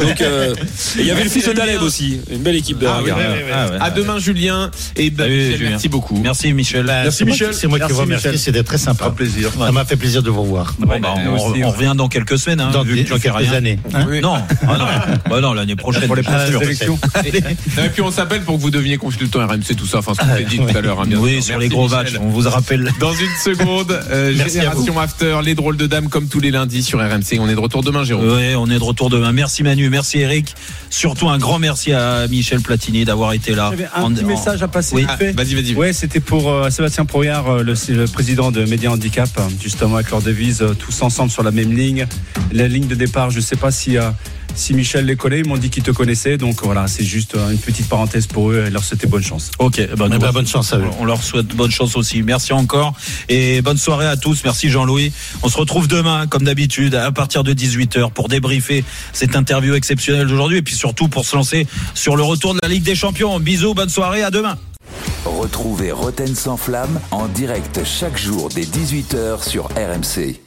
Donc euh, et il y avait le fils de Daleb aussi, une belle équipe de
Ah, oui,
regarde.
oui, oui. À demain, Julien. Et bah,
Salut,
Michel,
Julien.
merci beaucoup.
Merci, Michel.
Bah,
Merci,
c'est moi
Michel.
qui- C'est moi qui vous
Merci,
remercie,
Michel.
c'était très sympa.
Un plaisir.
Ça m'a fait plaisir de vous revoir.
Bon, bah, on,
nous aussi,
on
ouais.
revient dans quelques semaines, hein,
Dans
vu
des-
que tu
dans
fais
quelques
rien.
années.
Oui.
Non, ah non, bah non l'année prochaine.
Pour les
bien sûr.
sélections.
Non, et puis on s'appelle pour que vous deveniez consultant RMC, tout ça. Enfin, ce qu'on fait dit tout à l'heure. hein, bien
Ah, Oui,
sûr.
sur
Merci,
les gros
Michel.
matchs, on vous rappelle.
Dans une seconde, euh,
Merci à
Génération After, les drôles de dames comme tous les lundis sur RMC. On est de retour demain, Jérôme.
Ouais, on est de retour demain. Merci Manu, merci Eric. Surtout un grand merci à Michel Platini d'avoir été là.
J'avais un
En-
petit
en-
message à passer.
Oui.
vite
Ah,
fait.
vas-y, vas-y.
Ouais, c'était pour euh, Sébastien Proyard, euh, le, c'est le président de Média Handicap, hein, justement avec leur devise euh, tous ensemble sur la même ligne. La ligne de départ, je sais pas si euh, si Michel les collait, ils m'ont dit qu'ils te connaissaient, donc voilà, c'est juste euh, une petite parenthèse pour eux et leur souhaiter bonne chance.
Ok, bah,
Eh
nous-
ben, bonne chance à vous.
on leur souhaite bonne chance aussi. Merci encore et bonne soirée à tous. Merci Jean-Louis. On se retrouve demain, comme d'habitude, à partir de 18h pour débriefer cette interview exceptionnelle d'aujourd'hui et puis surtout pour se lancer sur le retour de la Ligue des Champions. Bisous, bonne soirée, à demain.
Retrouvez Roten sans flamme en direct chaque jour dès 18h sur RMC.